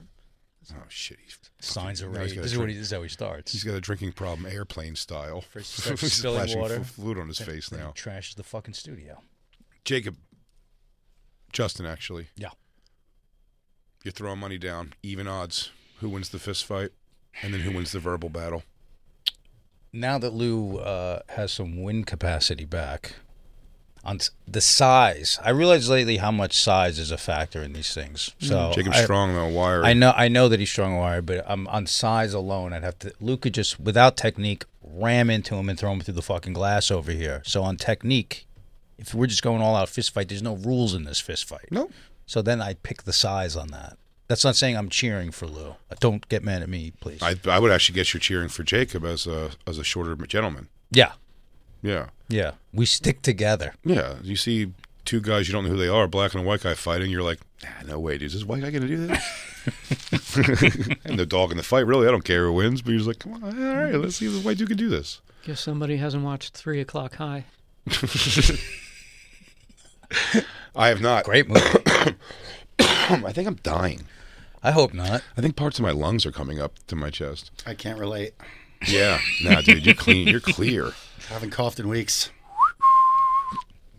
S2: Oh, shit. he's-
S5: Signs of
S2: Now he's
S5: rage.
S2: got a
S5: This is, what
S2: drink-
S5: he, this is how he starts.
S2: He's got a drinking problem, airplane style.
S5: First he starts spilling
S2: Splashing
S5: water.
S2: fluid on his face
S5: Then he
S2: now.
S5: trashes the fucking studio.
S2: Jacob, Justin, actually.
S5: Yeah.
S2: You're throwing money down, even odds. Who wins the fist fight? And then who wins the verbal battle?
S5: Now that Lou uh, has some wind capacity back, on s- the size, I realized lately how much size is a factor in these things.
S2: Mm-hmm.
S5: So
S2: Jacob's
S5: I-
S2: strong though, wiry.
S5: I know, I know that he's strong wired, but um, on size alone, I'd have to. Luke could just, without technique, ram into him and throw him through the fucking glass over here. So on technique, if we're just going all out fist fight, there's no rules in this fist fight.
S2: No.
S5: So then I pick the size on that. That's not saying I'm cheering for Lou. Uh, Don't get mad at me, please.
S2: I, I would actually guess you're cheering for Jacob as a as a shorter gentleman.
S5: yeah,
S2: Yeah,
S5: yeah. We stick together.
S2: yeah. You see two guys you don't know who they are, black and a white guy fighting. You're like, nah, no way, dude. Is this white guy gonna do this? and the dog in the fight, really. I don't care who wins, but you're just like, come on, all right, let's see if this white dude can do this.
S6: Guess somebody hasn't watched Three O'clock High.
S2: I have not.
S5: Great movie.
S2: I think I'm dying.
S5: I hope not.
S2: I think parts of my lungs are coming up to my chest.
S8: I can't relate.
S2: Yeah, nah, dude, you're clean. You're clear.
S8: I haven't coughed in weeks.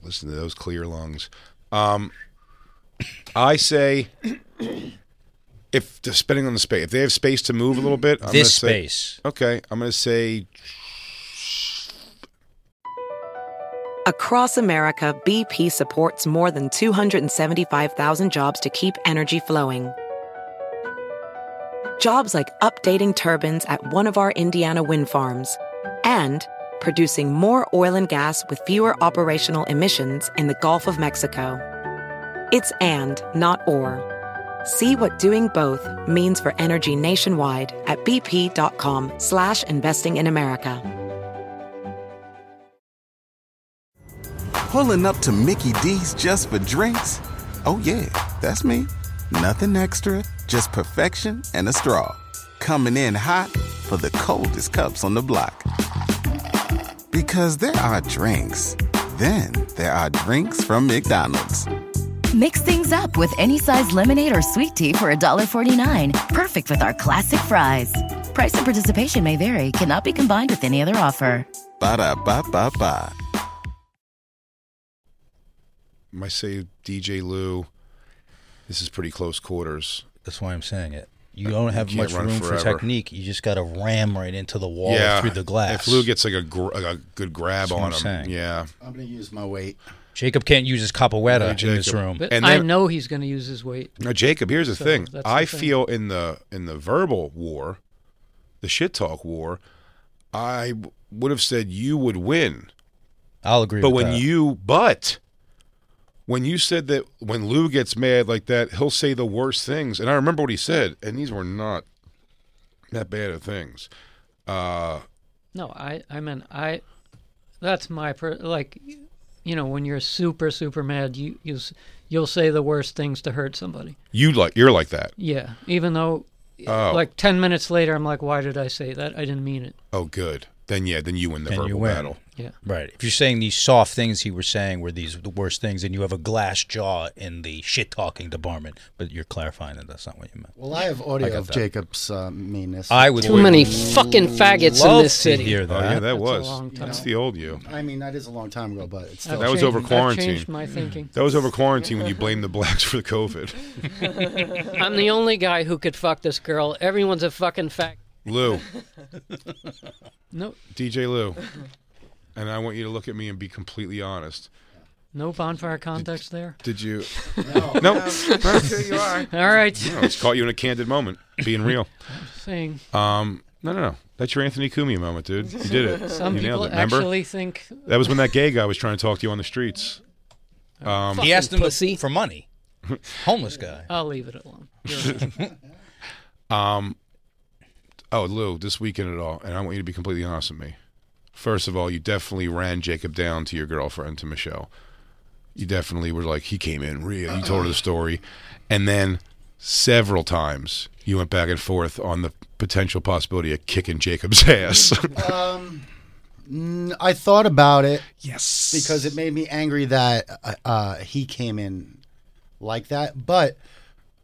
S2: Listen to those clear lungs. Um, I say, if depending on the space, if they have space to move a little bit, I'm
S5: this
S2: gonna say-
S5: space.
S2: Okay, I'm going to say
S11: Across America, BP supports more than 275,000 jobs to keep energy flowing. Jobs like updating turbines at one of our Indiana wind farms and producing more oil and gas with fewer operational emissions in the Gulf of Mexico. It's and, not or. See what doing both means for energy nationwide at bp.com slash investing in America.
S12: Pulling up to Mickey D's just for drinks? Oh, yeah, that's me. Nothing extra, just perfection and a straw. Coming in hot for the coldest cups on the block. Because there are drinks, Then there are drinks from McDonald's.
S10: Mix things up with any size lemonade or sweet tea for $1.49. Perfect with our classic fries. Price and participation may vary, cannot be combined with any other offer.
S12: Ba da ba ba ba.
S2: I say DJ Lou. This is pretty close quarters.
S5: That's why I'm saying it. You don't have
S2: can't
S5: much
S2: run
S5: room for
S2: forever.
S5: technique. You just got to ram right into the wall or through the glass.
S2: If Lou gets like a, gr- a good grab
S5: That's what
S2: on
S5: I'm
S2: him,
S5: saying.
S2: yeah.
S8: I'm gonna use my weight.
S5: Jacob can't use his capoeira
S2: Hey,
S5: in this
S2: Jacob.
S5: room.
S6: But
S2: And
S6: I
S2: then-
S6: know he's going to use his weight.
S2: Now, Jacob, here's the
S6: So
S2: thing.
S6: that's the
S2: I
S6: thing.
S2: feel in the in the verbal war, the shit talk war, I w- would have said you would win.
S5: I'll agree.
S2: But
S5: with
S2: when
S5: that.
S2: you but when you said that when Lou gets mad like that, he'll say the worst things. And I remember what he said, and these were not that bad of things. Uh
S6: No, I, I mean, I, that's my, per, like, you know, when you're super, super mad, you, you, s- you'll say the worst things to hurt somebody.
S2: you like you're like that.
S6: Yeah. Even though,
S2: Oh.
S6: like, 10 minutes later, I'm like, why did I say that? I didn't mean it.
S2: Oh good. Then yeah, then you win the
S5: Then
S2: verbal
S5: you win.
S2: battle.
S6: Yeah.
S5: Right. If you're saying these soft things he was saying were these the worst things, and you have a glass jaw in the shit talking department, but you're clarifying that that's not what you meant.
S8: Well, I have
S5: I
S8: audio
S5: got
S8: of
S5: that.
S8: Jacob's uh, meanness.
S5: I would
S8: Too
S5: would
S8: many
S9: fucking faggots in
S5: love
S9: this
S5: to
S9: city.
S5: hear
S2: Oh yeah,
S5: that.
S2: that was
S6: long time.
S2: that's the old you.
S8: I mean, that is a long time ago, but it's still.
S2: That was over
S6: changed- I've
S2: quarantine.
S6: changed my thinking.
S2: That was over quarantine when you blamed the blacks for the COVID.
S6: I'm
S9: I'm the only guy who could fuck this girl. Everyone's a fucking fag.
S2: Lou,
S6: No,
S2: DJ Lou, and I want you to look at me and be completely honest.
S6: no bonfire context there.
S2: Did you?
S6: No.
S2: no.
S6: No, that's who you are. All right.
S2: No, it's caught you in a candid moment, being real.
S6: Saying.
S2: Um. No, no, no. That's your Anthony Cumia moment, dude. You did it.
S6: Some
S2: you nailed
S6: people
S2: it. Remember?
S6: actually think-
S2: that was when that gay guy was trying to talk to you on the streets. Um,
S5: He asked him to, for money. Homeless guy.
S6: I'll leave it alone.
S2: um, oh, Lou, this weekend at all, and I want you to be completely honest with me. First of all, you definitely ran Jacob down to your girlfriend, to Michelle. You definitely were like, he came in real. You told her the story. And then several times you went back and forth on the potential possibility of kicking Jacob's ass.
S8: Um, n- I thought about it.
S2: Yes.
S8: Because it made me angry that uh, uh, he came in like that. But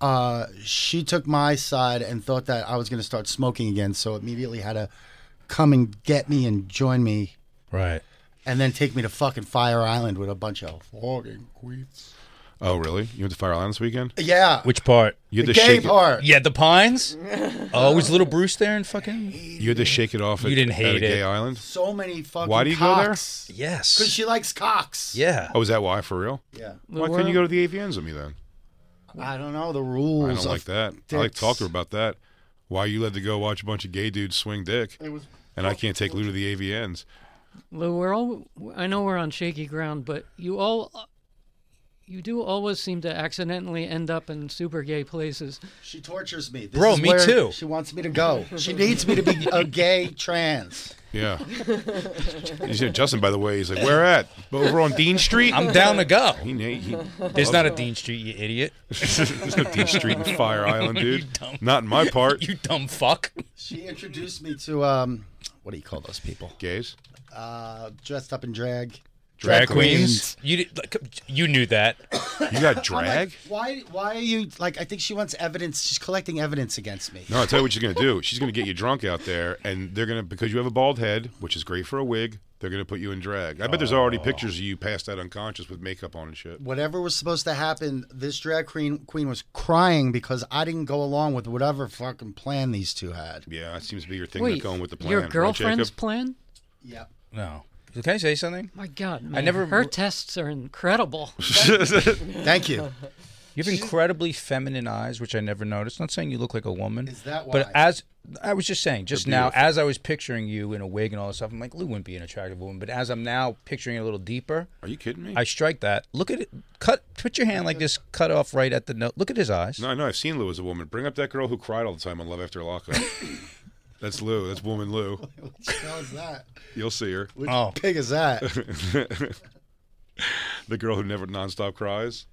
S8: uh, she took my side and thought that I was going to start smoking again. So immediately had to come and get me and join me.
S5: Right.
S8: And then take me to fucking Fire Island with a bunch of fucking queens.
S2: oh, really? You went to Fire Island this weekend?
S8: Yeah.
S5: Which part?
S2: You had
S8: The
S2: to
S8: gay
S2: shake it-
S8: part.
S5: Yeah, the pines. Oh, was little Bruce there and fucking?
S2: You had to shake it off.
S5: You
S2: at-
S5: didn't
S2: at
S5: hate
S2: a gay
S5: it.
S2: island.
S8: So many fucking
S2: Why do you go there?
S8: go there?
S5: Yes.
S8: Because she likes cocks.
S5: Yeah.
S2: Oh, is that why? For real?
S8: Yeah.
S2: Why couldn't you go to the AVNs with me then?
S8: I don't know the rules.
S2: I don't
S8: of
S2: like that. I like to
S8: dicks.
S2: talk to her about that. Why you led to go watch a bunch of gay dudes swing dick?
S8: It was-
S2: and I can't take Lou to the AVNs.
S6: Lou, we're all. I know we're on shaky ground, but you all, you do always seem to accidentally end up in super gay places.
S8: She tortures me. This
S5: Bro,
S8: is
S5: me
S8: where
S5: too.
S8: She wants me to go. She needs me to be a gay trans.
S2: Yeah. You said, Justin, by the way, he's like, where at? Over on Dean Street?
S5: I'm down to go.
S2: He, he, he
S5: There's not a Dean Street, you idiot.
S2: There's no Dean Street in Fire Island,
S5: You
S2: dude.
S5: dumb-
S2: Not in my part.
S5: You dumb fuck.
S8: She introduced me to um, what do you call those people?
S2: Gays?
S8: Uh, dressed up in drag.
S2: Drag
S5: You did, like, you knew that.
S2: You got
S8: I'm
S2: drag?
S8: Like, why? Why are you like? I think she wants evidence. She's collecting evidence against me.
S2: No, I'll tell you what she's going to do. She's going to get you drunk out there, and they're going to, because you have a bald head, which is great for a wig, they're going to put you in drag. I bet there's already pictures of you passed out unconscious with makeup on and shit.
S8: Whatever was supposed to happen, this drag queen queen was crying because I didn't go along with whatever fucking plan these two had.
S2: Yeah, it seems to be your thing
S6: Wait,
S2: that going with the plan.
S6: your
S2: right,
S6: girlfriend's
S2: Jacob?
S6: plan?
S8: Yeah.
S5: No. Can I say something?
S6: My God, man,
S5: never-
S6: Her tests are incredible.
S8: Thank you.
S5: You have incredibly feminine eyes, which I never noticed. Not saying you look like a woman.
S8: Is that
S5: But
S8: why?
S5: as I was just saying, just
S2: They're
S5: now,
S2: beautiful.
S5: as I was picturing you in a wig and all this stuff, I'm like, Lou wouldn't be an attractive woman. But as I'm now picturing it a little deeper,
S2: Are you kidding me?
S5: I strike that. Look at it. Cut. Put your hand like this. Cut off right at the nose. Look at his eyes.
S2: No, no, I've seen Lou as a woman. Bring up that girl who cried all the time on Love After Lockup. That's Lou. That's woman Lou.
S8: What the hell is that?
S2: You'll see her.
S8: Which
S5: Oh.
S8: pig is that?
S2: The girl who never nonstop cries.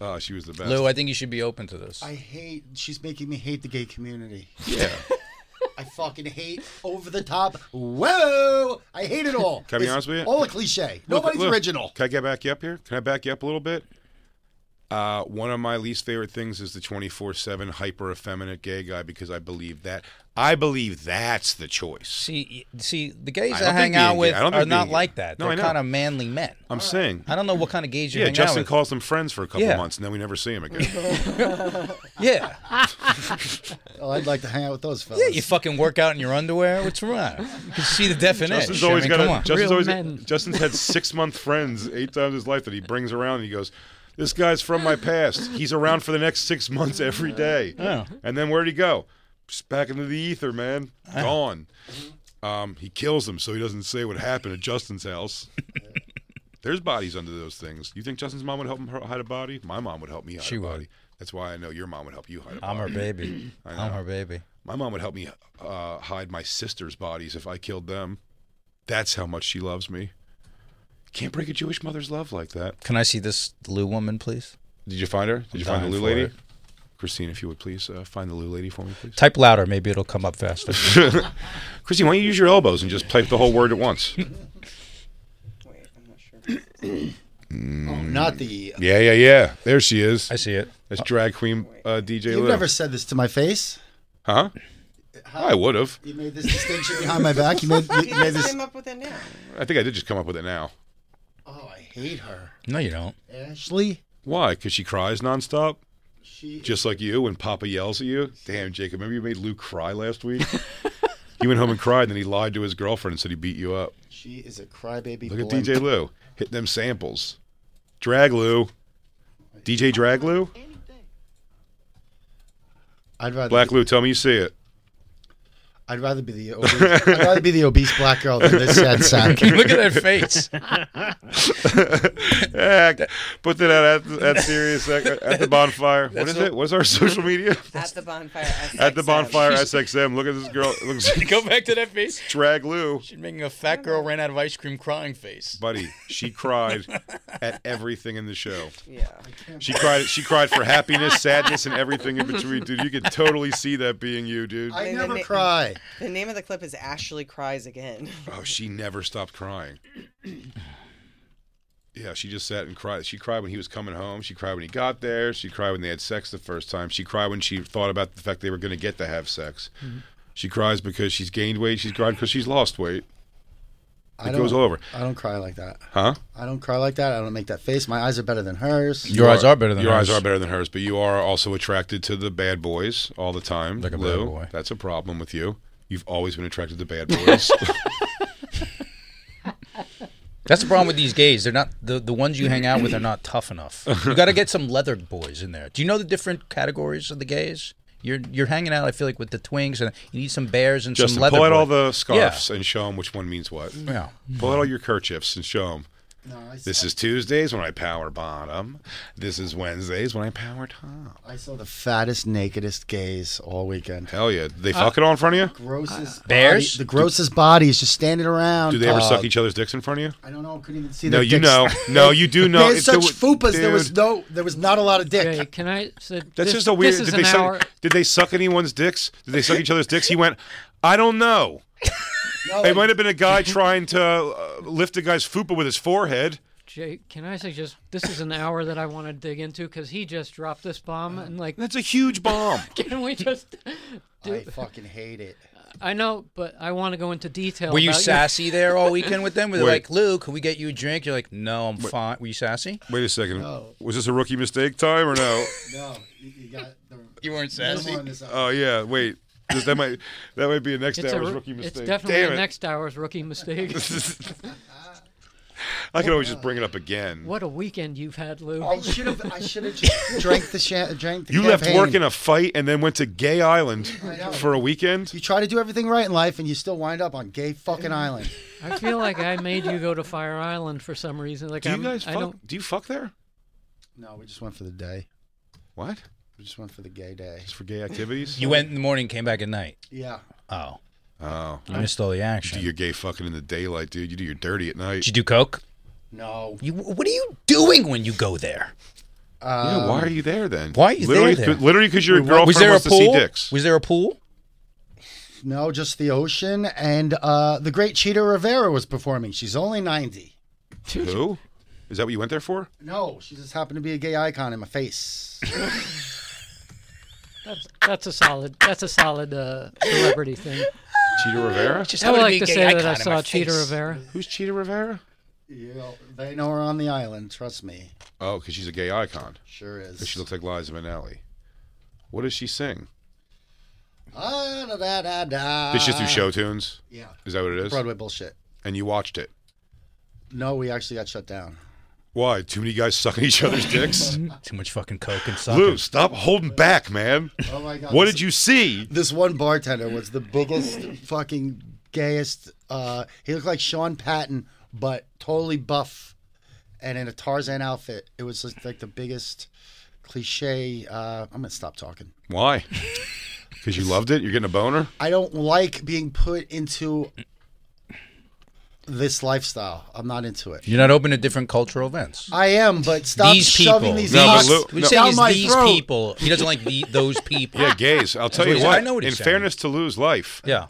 S2: Ah, she was the best.
S5: Lou, I think you should be open to this.
S8: I hate. She's making me hate the gay community.
S2: yeah.
S8: I fucking hate over the top. Whoa! I hate it all.
S2: Can I be
S8: It's
S2: honest with you?
S8: All a cliche.
S2: Look,
S8: Nobody's
S2: look,
S8: original.
S2: Can I get back you up here? Can I back you up a little bit? Uh, one of my least favorite things is the 24 7 hyper effeminate gay guy because I believe that. I believe that's the choice.
S5: See, see, the gays
S2: I
S5: I,
S2: don't think
S5: hang out
S2: being
S5: with
S2: gay- I don't think
S5: are not
S2: being-
S5: like that.
S2: No, I
S5: They're
S2: know.
S5: kind of manly men.
S2: I'm saying.
S5: I don't know what kind of gays you
S2: Yeah,
S5: hang
S2: Justin
S5: out with.
S2: calls them friends for a couple
S5: Yeah.
S2: months and then we never see him again.
S5: yeah.
S8: Oh, I'd like to hang out with those fellas.
S5: Yeah, you fucking work out in your underwear. What's wrong? You can see the definition.
S2: Justin's always
S5: I mean,
S2: got.
S5: come
S2: A,
S5: on.
S2: Justin's always. Justin's had six month friends eight times in his life that he brings around. and He goes, "This guy's from my past. He's around for the next six months every day."
S5: Yeah.
S2: And then where'd he go? Just back into the ether, man. Gone. Um, he kills them so he doesn't say what happened at Justin's house. There's bodies under those things. You think Justin's mom would help him hide a body? My mom would help me hide
S5: She
S2: a
S5: would.
S2: body. That's why I know your mom would help you hide a
S5: I'm her
S2: body.
S5: baby.
S2: I
S5: I'm
S2: know.
S5: her baby.
S2: My mom would help me uh, hide my sister's bodies if I killed them. That's how much she loves me. Can't break a Jewish mother's love like that.
S5: Can I see this Lou woman, please?
S2: Did you find her? Did
S5: I'm
S2: you find the
S5: dying
S2: Lou
S5: for
S2: lady?
S5: it.
S2: Christine, if you would please uh, find the Lou lady for me, please.
S5: Type louder, maybe it'll come up faster.
S2: Christine, why don't you use your elbows and just type the whole word at once?
S8: Oh, not the.
S2: Mm. Yeah, yeah, yeah. There she is. I
S5: see it.
S2: That's drag queen uh, DJ
S8: You've
S2: Lou.
S8: never said this to my face.
S2: Huh? I would have.
S8: You made this distinction behind my back. You made, you
S13: You
S8: made
S13: just
S8: this.
S13: came up with it now.
S2: I think I did just come up with it now.
S8: Oh, I hate her.
S5: No, you don't.
S8: Ashley.
S2: Why? Because she cries nonstop?
S8: She
S2: Just like you when Papa yells at you? Damn, Jacob, remember you made Lou cry last week? he went home and cried, and then he lied to his girlfriend and said he beat you up.
S8: She is a crybaby.
S2: Look at
S8: blimp.
S2: DJ Lou hitting them samples. Drag Lou. DJ Drag Lou?
S8: I'd rather.
S2: Black Lou, tell me you see it.
S8: I'd rather be the. Obese, I'd rather be the obese black girl than this sad sack.
S5: Look at that face.
S2: Yeah, Put that out at, the- at serious at, at the bonfire. What
S13: That's
S2: is
S13: what-
S2: it? What's our social media?
S13: At the bonfire.
S2: At the bonfire SXM. Look at this girl. It looks
S5: Go back to that face.
S2: Drag Lou.
S5: She's making a fat girl ran out of ice cream crying face.
S2: buddy. She cried at everything in the show.
S13: Yeah.
S2: She cried. She cried for happiness, sadness, and everything in between, dude. You could totally see that being you, dude.
S13: I And then never they-
S8: cry.
S13: The name of the clip is Ashley Cries Again.
S2: Oh, she never stopped crying. Yeah, she just sat and cried. She cried when he was coming home. She cried when he got there. She cried when they had sex the first time. She cried when she thought about the fact they were going to get to have sex. She cries because she's gained weight. She's cried because she's lost weight.
S8: I
S2: It
S8: don't-
S2: goes over,
S8: I don't cry like that.
S2: huh?
S8: I don't cry like that. I don't make that face. My eyes are better than hers.
S5: Your eyes are better than
S2: your
S5: hers.
S2: eyes are better than hers, but you are also attracted to the bad boys all the time. Like
S5: a bad boy.
S2: That's a problem with you. You've always been attracted to bad boys.
S5: That's the problem with these gays. They're not the, the ones you hang out with are not tough enough. You got to get some leather boys in there. Do you know the different categories of the gays? You're you're hanging out. I feel like with the twinks, and you need some bears and
S2: Justin,
S5: some leather.
S2: pull out
S5: boy-
S2: all the
S5: Yeah.
S2: scarves and show them which one means what.
S5: Yeah.
S2: Pull out all your kerchiefs and show them. this is Tuesdays when I power bottom. This is Wednesdays when I power top.
S8: I saw the fattest, nakedest gays all weekend.
S2: Hell yeah. They
S5: Uh,
S2: fuck it all in front of you?
S8: Grossest
S5: Bears?
S8: body- the grossest bodies just standing around.
S2: Do they ever
S8: Uh,
S2: suck each other's dicks in front of you?
S8: I don't know. Couldn't even see.
S2: No,
S8: their
S2: you
S8: dicks.
S2: know. No, you do know.
S8: There's
S2: If there
S8: such
S2: were-
S8: fupas. There was
S2: Dude.
S8: no. There was not a lot of dick.
S6: can I? So
S2: That's
S6: this-
S2: just a weird.
S6: This is
S2: did they
S6: an
S2: suck?
S6: hour.
S2: Did they suck anyone's dicks? Did they suck each other's dicks? He went. I don't know. it might have been a guy trying to uh, lift a guy's fupa with his forehead.
S6: Jake, can I suggest this is an hour that I want to dig into because he just dropped this bomb and like
S2: that's a huge bomb.
S6: can we just? Do,
S8: I fucking hate it.
S6: I know, but I want to go into detail.
S5: Were you
S6: about your-
S5: sassy there all weekend with them? Were they
S2: Wait.
S5: like, Lou, can we get you a drink? You're like, no, I'm fine. Were you sassy?
S2: Wait a second. Was this a rookie mistake time or no?
S8: No, you, you got the.
S5: You weren't
S8: sassy?
S5: sassy.
S8: one is-
S2: oh yeah. Wait. This- that might that might be a next
S6: It's, a,
S2: hour's
S6: ro-
S2: rookie mistake.
S6: it's definitely
S2: Damn
S6: a
S2: it.
S6: next hour's rookie mistake.
S2: I could always just bring it up again.
S6: what a weekend you've had, Lou.
S8: I should have. I should have just drank the shan- drank the.
S2: You left
S8: campaign.
S2: work in a fight and then went to Gay Island for a weekend.
S8: You try to do everything right in life, and you still wind up on gay fucking island.
S6: I feel like I made you go to Fire Island for some reason. Like
S2: Do you
S6: I'm,
S2: guys
S6: I
S2: fuck?
S6: don't.
S2: Do you fuck there?
S8: No, we just went for the day.
S2: What?
S8: We just went for the gay day.
S2: Just for gay activities?
S5: You went in the morning, came back at night.
S8: Yeah.
S5: Oh,
S2: Oh.
S5: you missed all the action.
S2: You do your gay fucking in the daylight, dude. You do your dirty at night.
S5: Did you do coke?
S8: No.
S5: You what are you doing when you go there?
S8: Uh,
S2: yeah, why are you there then?
S5: Why are you
S2: literally,
S5: there? then?
S2: Literally because your
S5: Wait, what-
S2: girlfriend
S5: was there a
S2: wants to
S5: pool?
S2: see dicks.
S5: Was there a pool?
S8: No, just the ocean. And uh, the great Cheetah Rivera was performing. She's only 90.
S2: Who? Is that what you went there for?
S8: No, she just happened to be a gay icon in my face.
S6: That's that's a solid. That's a solid uh, celebrity thing.
S2: Cheetah Rivera?
S6: I would like to say that I saw Cheetah Rivera.
S2: Who's Cheetah Rivera?
S8: You know, they know her on the island. Trust me.
S2: Oh, because she's a gay icon.
S8: Sure is.
S2: 'Cause she looks like Liza Minnelli. What does she sing?
S8: Ah, da, da, da, da.
S2: It's
S5: Uh,
S2: just do show tunes?
S8: Yeah.
S2: Is that what it is?
S8: Broadway bullshit.
S2: And you watched it.
S8: No, we actually got shut down.
S2: Why? Too many guys sucking each other's dicks?
S5: Too much fucking coke and sucking.
S2: Lou, stop holding back, man.
S8: Oh my God.
S2: What did you see?
S8: This one bartender was the biggest, fucking gayest. Uh, he looked like Sean Patton, but totally buff, and in a Tarzan outfit. It was just like the biggest cliche. Uh, I'm gonna stop talking.
S2: Why? Because you loved it? You're getting a boner?
S8: I don't like being put into this lifestyle. I'm not into it.
S5: You're not open to different cultural events.
S8: I am, but stop
S5: these people.
S8: shoving these
S5: No,
S8: rocks
S5: but Lou- no.
S8: down
S5: He's
S8: my
S5: these
S8: throat.
S5: people. He doesn't like the, those people.
S2: Yeah, gays. I'll
S5: That's
S2: tell you
S5: he's-
S2: what.
S5: I know what
S2: in
S5: he's saying.
S2: fairness to Lou's life,
S5: Yeah.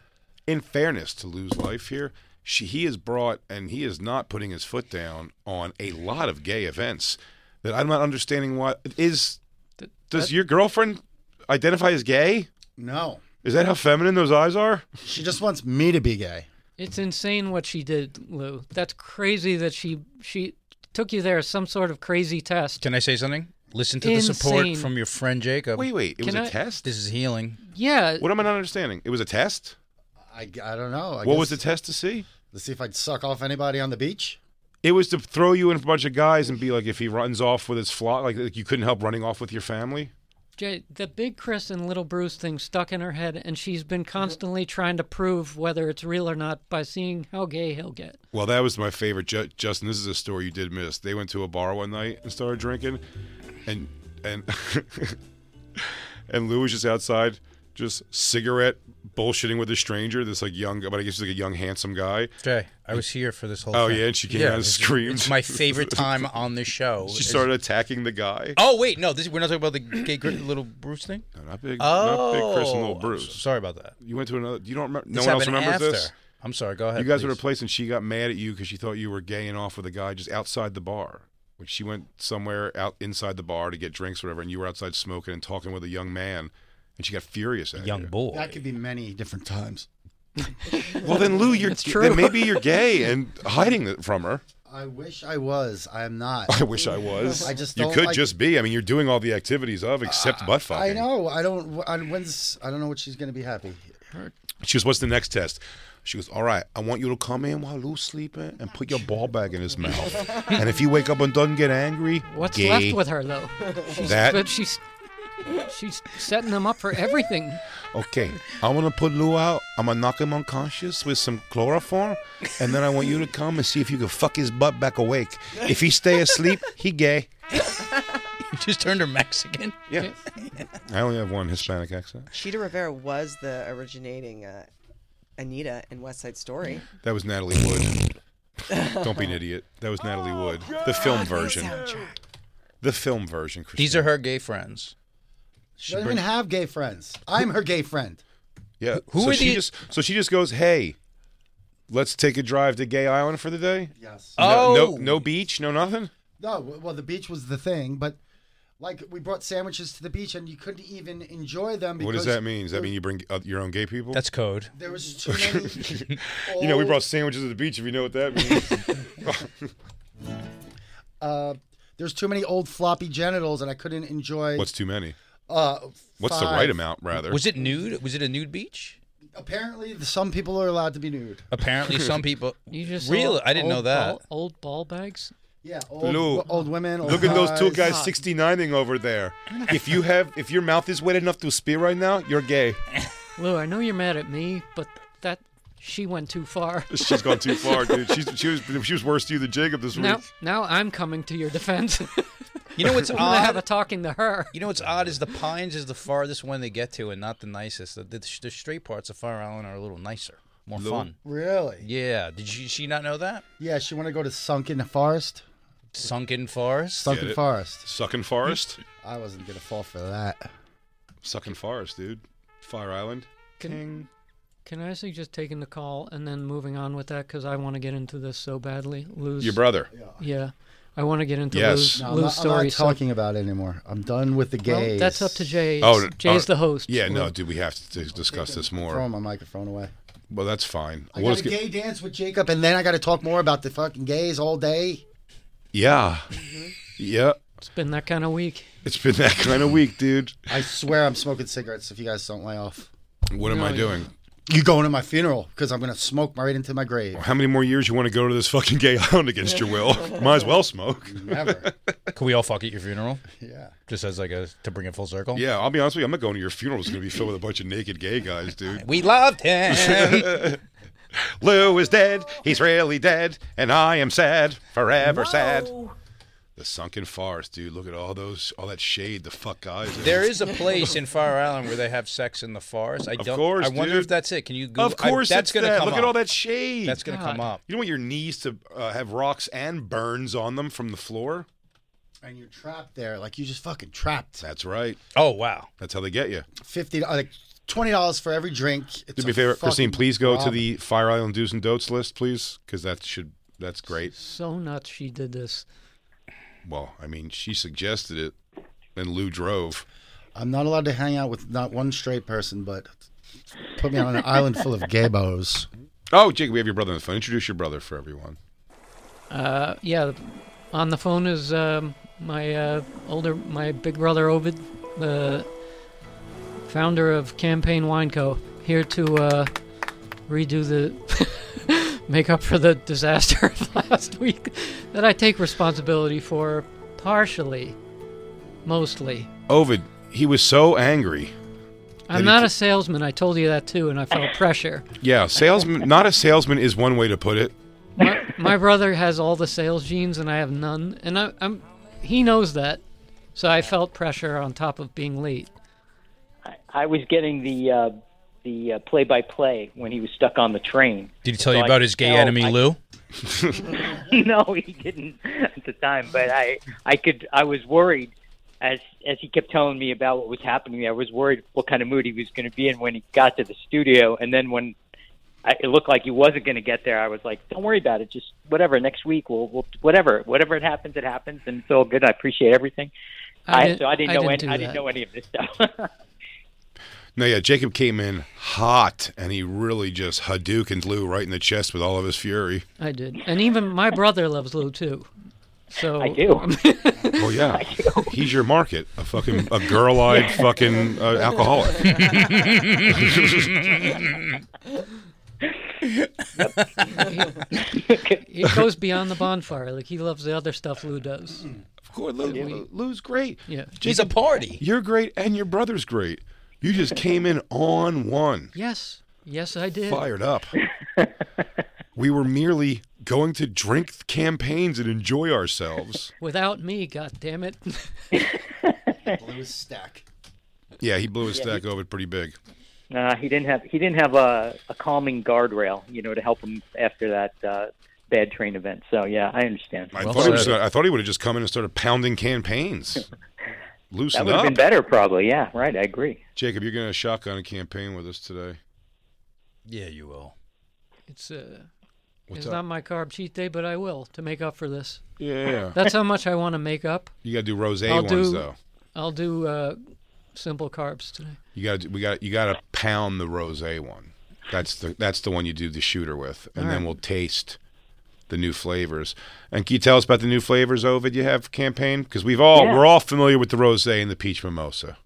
S2: In fairness to Lou's life here, she he has brought and he is not putting his foot down on a lot of gay events that I'm not understanding. Why is does your girlfriend identify as gay?
S8: No,
S2: Is that how feminine those eyes are?
S8: she just wants me to be gay.
S6: It's insane what she did, Lou. That's crazy that she she took you there. Some sort of crazy test.
S5: Can I say something? Listen to the
S6: Insane.
S5: support from your friend Jacob.
S2: Wait, wait. It was
S6: Can
S2: a
S6: I-
S2: test.
S5: This is healing.
S6: Yeah.
S2: What am I not understanding? It was a test.
S8: I, I don't know. I
S2: what was the
S8: guess-
S2: test to see?
S8: To see if I'd suck off anybody on the beach.
S2: It was to throw you in a bunch of guys and be like, if he runs off with his flock, like, like you couldn't help running off with your family.
S6: Jay, the big Chris and little Bruce thing stuck in her head, and she's been constantly trying to prove whether it's real or not by seeing how gay he'll get.
S2: Well, that was my favorite. Ju- Justin, this is a story you did miss. They went to a bar one night and started drinking, and and and Lou was just outside, just cigarette bullshitting with a stranger. This like young, but I guess he's like a young handsome guy.
S5: Jay, I was here for this whole.
S2: Oh
S5: thing.
S2: yeah, and she came out and
S5: it's-
S2: screamed.
S5: It's my favorite time on the show.
S2: she
S5: It's-
S2: started attacking the guy.
S5: Oh wait, no, this we're not talking about the gay gr- little Bruce thing.
S2: No, not big,
S5: oh,
S2: not big Chris and little
S5: I'm
S2: Bruce.
S5: so- sorry about that.
S2: You went to another. You don't remember. No
S5: This
S2: one else
S5: happened
S2: remembers
S5: after.
S2: this.
S5: I'm sorry. Go ahead.
S2: You guys were
S5: please.
S2: at a place and she got mad at you because she thought you were gaying off with a guy just outside the bar. Like she went somewhere out inside the bar to get drinks or whatever, and you were outside smoking and talking with a young man, and she got furious at
S5: young
S2: you.
S5: boy.
S8: That could be many different times.
S2: Well, then Lou, you're
S6: It's true.
S2: then maybe you're gay and hiding it from her.
S8: I wish I was. I am not.
S2: I wish I was.
S8: I just
S2: you
S8: don't
S2: could
S8: like-
S2: just be. I mean, you're doing all the activities of except butt fucking.
S8: I know. I don't. I, when's I don't know what she's gonna be happy.
S2: She goes, "What's the next test?" She goes, "All right, I want you to come in while Lou's sleeping and put your ball bag in his mouth, and if he wake up and doesn't get angry,
S6: What's
S2: gay.
S6: left with her though? She's,
S2: That-
S6: but she's she's setting them up for everything.
S2: Okay, I want to put Lou out. I'm gonna knock him unconscious with some chloroform, and then I want you to come and see if you can fuck his butt back awake. If he stay asleep, he gay.
S5: You just turned her Mexican.
S2: Yeah. I only have one Hispanic accent.
S13: Cheetah Rivera was the originating uh, Anita in West Side Story.
S2: That was Natalie Wood. Don't be an idiot. That was Natalie Wood, the film version. The film version. Christine.
S5: These are her gay friends.
S8: She doesn't even have gay friends. I'm her gay friend.
S2: Yeah.
S5: Who
S2: so
S5: are
S2: she
S5: the-
S2: just so she just goes, "Hey, let's take a drive to Gay Island for the day."
S8: Yes.
S2: No, no,
S5: Oh.
S2: no beach, no nothing.
S8: No. w- Well, the beach was the thing, but like we brought sandwiches to the beach and you couldn't even enjoy them. Because
S2: What does that mean? Does that
S8: there-
S2: mean you bring uh, your own gay people?
S5: That's code.
S8: There was too many.
S2: You know, we
S8: old-
S2: brought sandwiches to the beach. If you know what that means.
S8: Uh, there's too many old floppy genitals, and I couldn't enjoy.
S2: What's too many?
S8: uh,
S2: What's the
S8: five.
S2: right amount, rather?
S5: Was it nude? Was it a nude beach?
S8: Apparently, some people are allowed to be nude.
S5: Apparently, some people.
S6: You just saw
S5: really? I didn't know
S6: old
S5: that.
S6: ball- old ball bags.
S8: Yeah, old,
S2: Lou,
S8: old women. Old
S2: Look at those two
S8: guys.
S2: guys 69ing over there. If you have, if your mouth is wet enough to spit right now, you're gay.
S6: Lou, I know you're mad at me, but that she went too far.
S2: She's gone too far, dude. She's, she was she was worse to you than Jacob this week.
S6: Now, now I'm coming to your defense.
S5: You know what's
S6: I'm gonna have a
S5: odd?
S6: talking to her.
S5: You know what's odd is the Pines is the farthest one they get to, and not the nicest. The, the, the straight parts of Fire Island are a little nicer, more
S2: Little-
S5: fun.
S8: Really?
S5: Yeah. Did she, she not know that?
S8: Yeah, she want to go to Sunken Forest.
S5: Sunken Forest.
S8: Sunken
S2: it.
S8: Forest.
S2: Sucking forest,
S8: I wasn't gonna fall for that.
S2: sucking forest, dude. Fire Island.
S6: Can-
S2: King.
S6: Can I suggest taking the call and then moving on with that because I want to get into this so badly? Lose
S2: Your brother.
S6: Yeah, I want to get into
S2: Yes.
S6: lose
S2: No,
S8: I'm
S6: lose
S8: not, I'm
S6: story.
S8: not talking about it anymore. I'm done with the gays.
S6: well, that's up to Jay.
S2: Oh,
S6: Jay's
S2: oh,
S6: the host.
S2: Yeah, no,
S8: We'll-
S2: dude, we have to discuss this more.
S8: Throw my microphone away.
S2: Well, that's fine.
S8: I
S2: We'll
S8: got a
S2: just get-
S8: gay dance with Jacob, and then I got to talk more about the fucking gays all day.
S2: yeah, yeah.
S6: It's been that kind of week.
S2: It's been that kind of week, dude.
S8: I swear I'm smoking cigarettes if you guys don't lay off.
S2: What am I doing?
S8: You going to my funeral because I'm going to smoke right into my grave.
S2: How many more years you want to go to this fucking gay island against your will? Might as well smoke.
S8: Never.
S5: Can we all fuck at your funeral?
S8: Yeah.
S5: Just as like a to bring it full circle.
S2: Yeah, I'll be honest with you. I'm not going to your funeral. It's going to be filled with a bunch of naked gay guys, dude.
S5: We loved him.
S2: Lou is dead. He's really dead, and I am sad, forever sad. The sunken forest, dude. Look at all those, all that shade. The fuck guys. in.
S5: There is a place in Fire Island where they have sex in the forest. I
S2: Of
S5: don't.
S2: course,
S5: I wonder
S2: dude.
S5: if that's it. Can you? Google,
S2: Of course,
S5: I, that's
S2: it's
S5: gonna
S2: that.
S5: come
S2: Look
S5: up.
S2: at all that shade.
S5: That's gonna come up.
S2: You don't want your knees to uh, have rocks and burns on them from the floor.
S8: And you're trapped there, like you just fucking trapped.
S2: That's right.
S5: Oh wow,
S2: that's how they get you.
S8: Fifty, like twenty dollars for every drink. It's
S2: Do
S8: a
S2: me a favor, Christine.
S8: fucking
S2: Please go to
S8: problem.
S2: the Fire Island do's and don'ts list, please, because that should that's great.
S6: So nuts she did this.
S2: Well, I mean, she suggested it, and Lou drove.
S8: I'm not allowed to hang out with not one straight person, but put me on an island full of gaybos.
S2: Oh, Jake, we have your brother on the phone. Introduce your brother for everyone.
S6: Uh, yeah, on the phone is um, my uh, older, my big brother Ovid, the founder of Campaign Wine Co. Here to uh, redo the, make up for the disaster of last week that I take responsibility for partially, mostly.
S2: Ovid, he was so angry. that
S6: I'm
S2: he
S6: not a salesman. I told you that too, and I felt pressure.
S2: Yeah, salesman. Not a salesman is one way to put it.
S6: My, my brother has all the sales genes, and I have none. And I, I'm, he knows that, so I felt pressure on top of being late.
S14: I was getting the uh, the uh, play-by-play when he was stuck on the train.
S5: Did he tell
S14: So
S5: you
S14: I
S5: about
S14: could
S5: his gay
S14: tell-
S5: enemy
S14: I-
S5: Lou?
S14: no, he didn't at the time. But I, I could, I was worried as as he kept telling me about what was happening. I was worried what kind of mood he was going to be in when he got to the studio. And then when I, it looked like he wasn't going to get there, I was like, "Don't worry about it. Just whatever. Next week, we'll, we'll whatever, whatever it happens, it happens, and it's all good. I appreciate everything."
S6: I
S14: I,
S6: didn't-
S14: so I didn't
S6: I
S14: know
S6: didn't
S14: any,
S6: do
S14: I didn't
S6: that.
S14: know any of this stuff.
S2: No, yeah, Jacob came in hot, and he really just hadoukened Lou right in the chest with all of his fury.
S6: I did, and even my brother loves Lou too. So
S14: I do.
S2: Well, Oh, yeah, he's your market, a fucking a girl-eyed fucking uh, alcoholic.
S6: it goes beyond the bonfire. Like he loves the other stuff Lou does.
S2: Of course, Lou, Lou's great.
S6: Yeah,
S5: He's a party.
S2: You're great, and your brother's great. You just came in on one,
S6: Yes, yes, I did.
S2: fired up. we were merely going to drink campaigns and enjoy ourselves.
S6: Without me, god damn it.
S8: Blew his stack.
S2: Yeah, he blew his
S14: Yeah,
S2: stack over it pretty big.
S14: Uh, he didn't have he didn't have a, a calming guardrail, you know, to help him after that uh, bad train event. So yeah, I understand.
S2: I thought, he was gonna- I thought he would have just come in and started pounding campaigns.
S14: that
S2: Loosen
S14: would have
S2: up.
S14: been better, probably. Yeah, right. I agree.
S2: Jacob, you're going to shotgun a campaign with us today.
S5: Yeah, you will.
S6: It's uh,
S2: What's
S6: it's
S2: up?
S6: not my carb cheat day, but I will to make up for this.
S2: Yeah.
S6: that's how much I want to make up.
S2: You got to do rosé
S6: I'll
S2: ones
S6: do,
S2: though.
S6: I'll do uh, simple carbs today.
S2: You got to we got you got to pound the rosé one. That's the that's the one you do the shooter with, and
S6: All
S2: then
S6: right.
S2: we'll taste the new flavors. And can you tell us about the new flavors, Ovid? You have for campaign because we've all
S14: Yeah.
S2: we're all familiar with the rosé and the peach mimosa.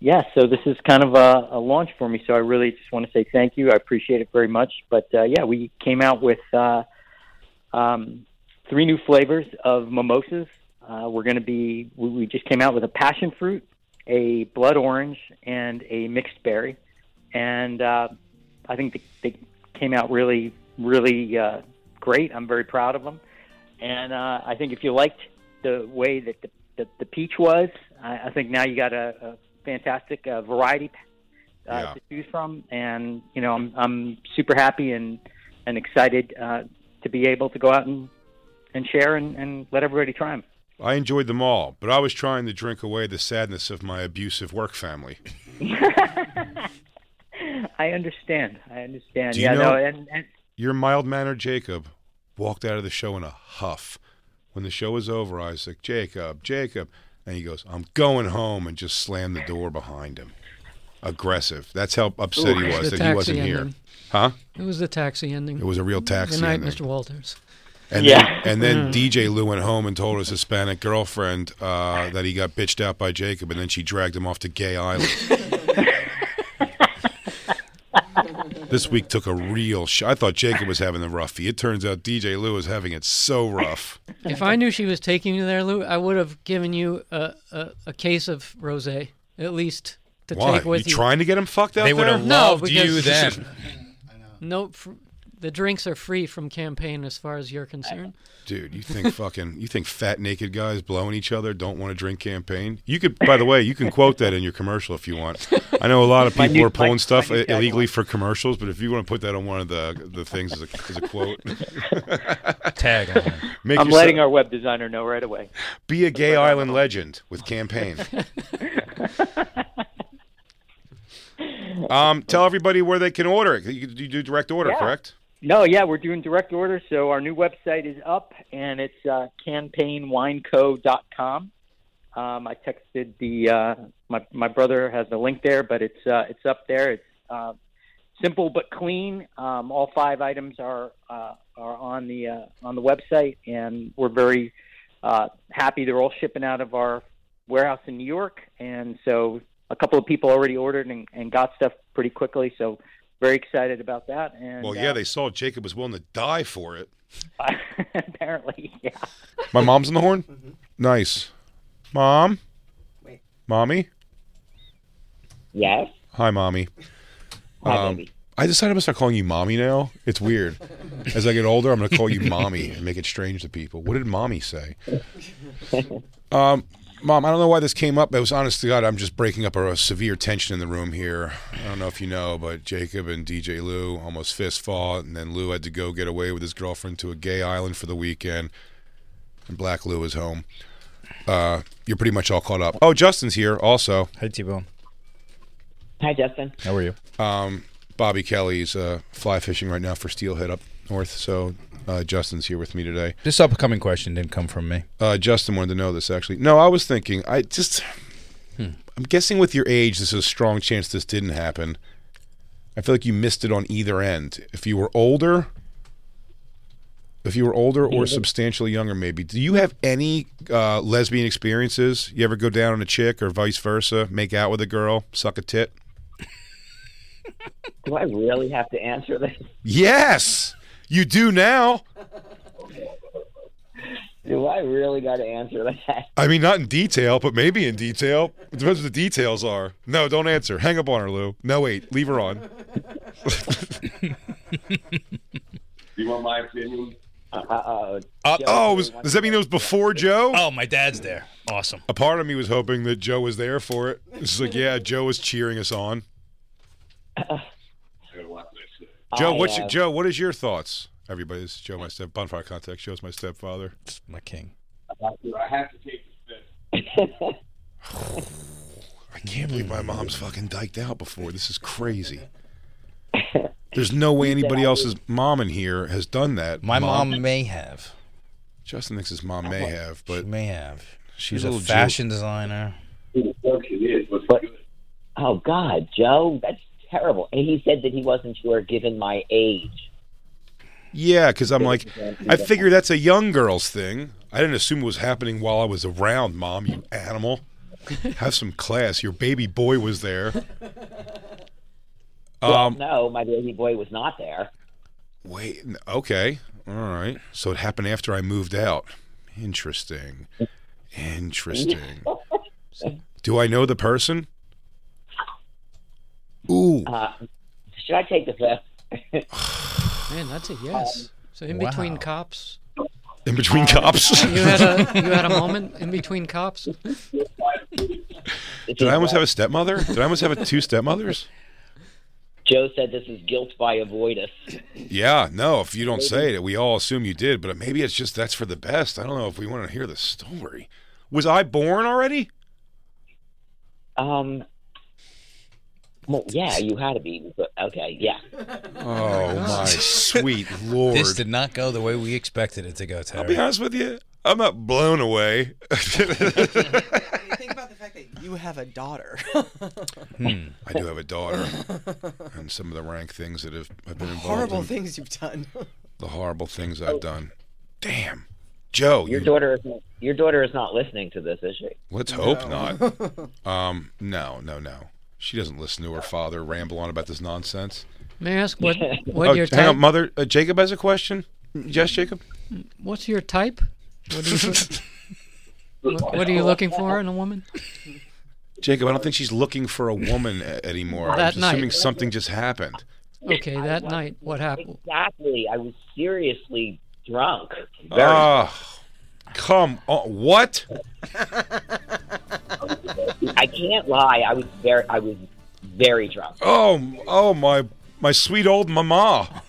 S14: Yeah. So this is kind of a, a launch for me. So I really just want to say thank you. I appreciate it very much. But uh, yeah, we came out with uh, um, three new flavors of mimosas. Uh, we're going to be we, we just came out with a passion fruit, a blood orange, and a mixed berry. And uh, I think they, they came out really, really uh, great. I'm very proud of them. And uh, I think if you liked the way that the, the, the peach was, I, I think now you got a, a fantastic uh, variety uh,
S2: Yeah.
S14: to choose from. And you know, I'm I'm super happy and and excited uh, to be able to go out and and share and, and let everybody try them.
S2: I enjoyed them all, but I was trying to drink away the sadness of my abusive work family.
S14: I understand. I understand.
S2: Do you
S14: yeah,
S2: know-
S14: no, and, and
S2: Your mild mannered Jacob walked out of the show in a huff. When the show was over, I was like, Jacob, Jacob. And he goes, I'm going home, and just slammed the door behind him. Aggressive. That's how upset
S6: Ooh.
S2: he
S6: The
S2: was that he
S6: taxi
S2: wasn't here.
S6: ending.
S2: Huh?
S6: It was the taxi ending.
S2: It was a real taxi
S6: Good night,
S2: ending.
S6: Mr. Walters.
S2: And
S6: Yeah.
S2: Then, and
S6: Mm.
S2: then DJ Lou went home and told his Hispanic girlfriend uh, that he got bitched out by Jacob, and then she dragged him off to Gay Island. this week took a real sh- I thought Jacob was having the roughie. It turns out DJ Lou is having it so rough.
S6: If I knew she was taking you there, Lou, I would have given you a, a, a case of rosé at least to
S2: Why?
S6: take with
S2: you
S6: you.
S2: trying to get him fucked out
S5: They
S2: there?
S5: would have
S6: no,
S5: loved
S6: because
S5: you then.
S6: no, fr- the drinks are free from campaign as far as you're concerned.
S2: Dude, you think fucking you think fat naked guys blowing each other don't want to drink campaign? You could by the way, you can quote that in your commercial if you want. I know a lot of
S15: My
S2: people
S15: new-
S2: are pulling
S15: my-
S2: stuff
S15: my new tagline.
S2: illegally for commercials, but if you want to put that on one of the the things as a, as a quote
S5: Tagline.
S2: Make
S14: I'm
S2: yourself-
S14: letting our web designer know right away.
S2: be a gay island legend with campaign. um, tell everybody where they can order it. You, you do direct order,
S14: Yeah.
S2: correct?
S14: No, yeah, we're doing direct order. So our new website is up, and it's uh, campaignwineco.com. Um, I texted the uh, my my brother has the link there, but it's uh, it's up there. It's uh, simple but clean. Um, all five items are uh, are on the uh, on the website, and we're very uh, happy. They're all shipping out of our warehouse in New York, and so a couple of people already ordered and, and got stuff pretty quickly. So very excited about that. And
S2: Well,
S14: uh,
S2: yeah, they saw Jacob was willing to die for it.
S14: apparently, yeah.
S2: My mom's on the horn. Nice, mom.
S13: Wait.
S2: Mommy.
S14: Yes.
S2: Hi, mommy.
S14: Hi,
S2: Um, I decided I'm gonna start calling you mommy now. It's weird. As I get older, I'm gonna call you mommy and make it strange to people. What did mommy say? Um, Mom, I don't know why this came up. It was honest to God, I'm just breaking up a, a severe tension in the room here. I don't know if you know, but Jacob and DJ Lou almost fist fought, and then Lou had to go get away with his girlfriend to a gay island for the weekend, and Black Lou is home. Uh, you're pretty much all caught up. Oh, Justin's here also.
S5: Hey, T-Bone.
S16: Hi, Justin.
S5: How are you?
S2: Um, Bobby Kelly's uh, fly fishing right now for steelhead up north, so uh, Justin's here with me today.
S5: This upcoming question didn't come from me.
S2: Uh, Justin wanted to know this actually. No, I was thinking. I just, I'm guessing with your age, this is a strong chance this didn't happen. I feel like you missed it on either end. If you were older, if you were older or
S15: Yeah.
S2: substantially younger, maybe. Do you have any uh, lesbian experiences? You ever go down on a chick or vice versa? Make out with a girl, suck a tit?
S16: Do I really have to answer this?
S2: Yes, you do now.
S16: Do I really got to answer that?
S2: I mean, not in detail, but maybe in detail. It depends what the details are. No, don't answer. Hang up on her, Lou. No, wait, leave her on.
S15: Do you want my opinion?
S16: Uh, uh,
S2: Uh, oh, was, does that mean it was before Joe?
S5: Oh, my dad's there. Awesome.
S2: A part of me was hoping that Joe was there for it. It's like, yeah, Joe was cheering us on. Joe,
S15: I,
S2: what's your,
S15: uh,
S2: Joe? What is your thoughts? Everybody, this is Joe, my step bonfire contact. Joe's my stepfather.
S5: My king.
S15: I have to take this.
S2: I can't believe my mom's fucking diked out before. This is crazy. There's no way anybody else's mom in here has done that.
S5: My mom, may have.
S2: Justin thinks his mom may have, but
S5: she may have.
S2: She's
S5: She's
S2: a
S5: a,
S2: little Jew.
S5: fashion designer.
S16: but, oh, God, Joe, that's terrible. And he said that he wasn't sure given my age.
S2: Yeah, because I'm like, I figure that's a young girl's thing. I didn't assume it was happening while I was around, mom, you animal. Have some class. Your baby boy was there.
S16: well,
S2: Um,
S16: no, my baby boy was not there.
S2: wait, n- okay. All right. So it happened after I moved out. Interesting. Interesting. Do I know the person? Ooh.
S16: Uh, should I take the fifth?
S6: Man, that's a
S16: Um,
S6: yes. So in between
S2: Wow.
S6: cops,
S2: In between
S16: uh,
S2: cops?
S6: you had a you had a moment in between cops.
S2: Did I almost have a stepmother? Did I almost have a, two stepmothers?
S16: Joe said this is guilt by avoidance.
S2: Yeah, no, if you don't say it, we all assume you did, but maybe it's just that's for the best. I don't know if we want to hear the story. Was I born already?
S16: Um, Well, yeah, you had to be. but- Okay, yeah.
S2: Oh my sweet lord!
S5: This did not go the way we expected it to go, Terry.
S2: I'll be honest with you, I'm not blown away.
S13: Think about the fact that you have a daughter.
S2: Hmm. I do have a daughter, and some of the rank things that have I've been involved
S13: Horrible
S2: in.
S13: things you've done.
S2: The horrible things I've done. Damn, Joe,
S16: Your
S2: you-
S16: daughter is not, your daughter is not listening to this, is she?
S2: Let's hope not. Um, no, no, no. She doesn't listen to her father ramble on about this nonsense.
S6: May I ask what what
S2: Oh,
S6: your
S2: hang
S6: type?
S2: on, mother. Uh, Jacob has a question. Yes, Jacob.
S6: What's your type? What do you, what, what are you looking for in a woman?
S2: Jacob, I don't think she's looking for a woman a- anymore. I'm
S6: That
S2: just
S6: night.
S2: assuming something just happened.
S6: Okay, that night, what happened?
S16: Exactly. I was seriously drunk. Very
S2: Ah, come on. What?
S16: I can't lie. I was very, I was very drunk.
S2: Oh, m- oh my, my sweet old mama,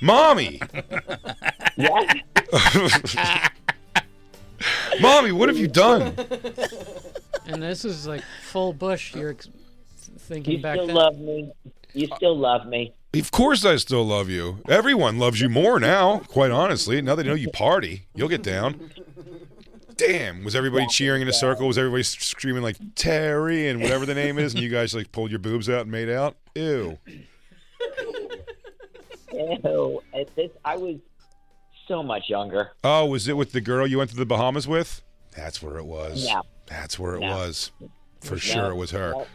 S2: mommy. mommy, what have you done?
S6: And this is like full bush. You're ex- thinking
S16: You
S6: back
S16: still
S6: then.
S16: love me. You still love me.
S2: Of course, I still love you. Everyone loves you more now. Quite honestly, now they know you party, you'll get down. Damn, was everybody cheering in a circle? Was everybody s- screaming like Terry and whatever the name is? And you guys like pulled your boobs out and made out? Ew.
S16: Ew. At this, I was so much younger.
S2: Oh, was it with the girl you went to the Bahamas with? That's where it was.
S16: No.
S2: That's where it
S16: No.
S2: was. For
S16: No.
S2: sure, it was her.
S16: No.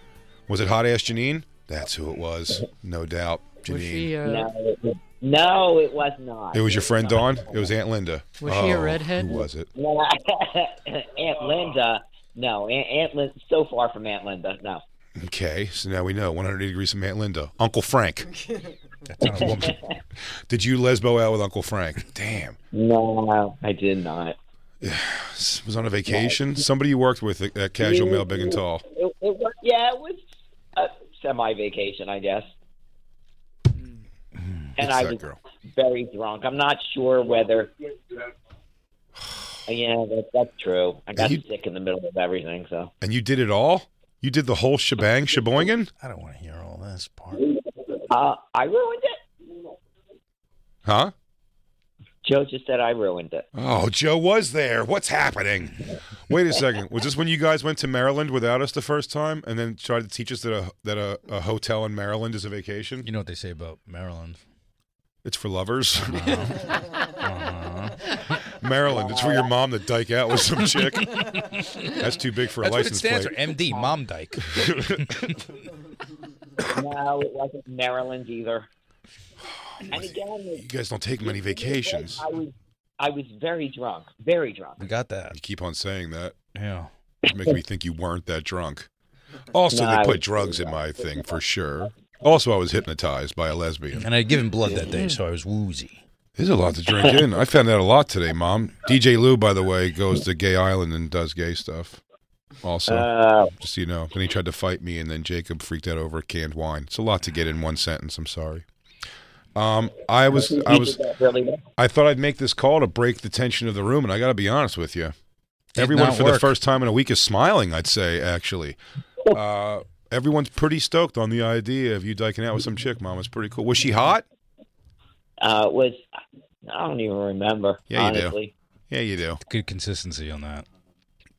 S2: Was it hot ass Janine? That's who it was, no doubt. Janine.
S6: uh,
S16: No, it was- no, it was not.
S2: It was your friend Dawn. It was Aunt Linda.
S16: uh, Was she a
S2: Oh,
S16: redhead?
S2: Who was it?
S16: No, Aunt Linda. No, Aunt, Aunt Linda. So far from Aunt Linda. No.
S2: Okay, so now we know 180 degrees from Aunt Linda. Uncle Frank.
S16: not a woman.
S2: Did you lesbo out with Uncle Frank? Damn.
S16: No, I did not.
S2: Was on a vacation. Somebody you worked with at at Casual Mail, Big and Tall.
S16: It, it was, yeah, it was a semi-vacation, I guess. And I
S2: Mm. that
S16: was
S2: girl.
S16: very drunk. I'm not sure whether. Yeah, that, that's true. I got sick in the middle of everything, so.
S2: And you did it all? You did the whole shebang, sheboingen?
S5: I don't want to hear all this part.
S16: Uh, I ruined it.
S2: Huh?
S16: Joe just said I ruined it.
S2: Oh, Joe was there. What's happening? Wait a second. Was this when you guys went to Maryland without us the first time, and then tried to teach us that a that a, a hotel in Maryland is a vacation?
S5: You know what they say about Maryland?
S2: It's for lovers. Uh-huh. Maryland. It's for your mom to dike out with some chick. That's too big for a
S5: That's
S2: license
S5: what it stands
S2: plate.
S5: for. MD, Mom Dyke.
S16: no, it wasn't Maryland either. And again,
S2: You guys don't take many vacations.
S16: I was, I was very drunk, very drunk.
S5: We got that.
S2: You keep on saying that.
S5: Yeah.
S2: It's making me think you weren't that drunk. Also,
S5: No, I
S2: they
S5: was
S2: put drugs in my thing for sure. Also, I was hypnotized by a lesbian.
S5: And I'd given blood that day, so I was woozy.
S2: There's a lot to drink in. I found out a lot today, Mom. DJ Lou, by the way, goes to Gay Island and does gay stuff. Also,
S16: Oh.
S2: just so you know. Then he tried to fight me, and then Jacob freaked out over canned wine. It's a lot to get in one sentence. I'm sorry. Um, I was, I was, I thought I'd make this call to break the tension of the room, and I got to be honest with you.
S5: Did
S2: everyone
S5: not
S2: for the
S5: work.
S2: first time in a week is smiling. I'd say actually, uh, everyone's pretty stoked on the idea of you diking out with some chick, Mom. It's pretty cool. Was she hot?
S16: Uh, it was I don't even remember.
S2: Yeah, you do.
S16: honestly.
S2: Yeah, you do.
S5: Good consistency on that.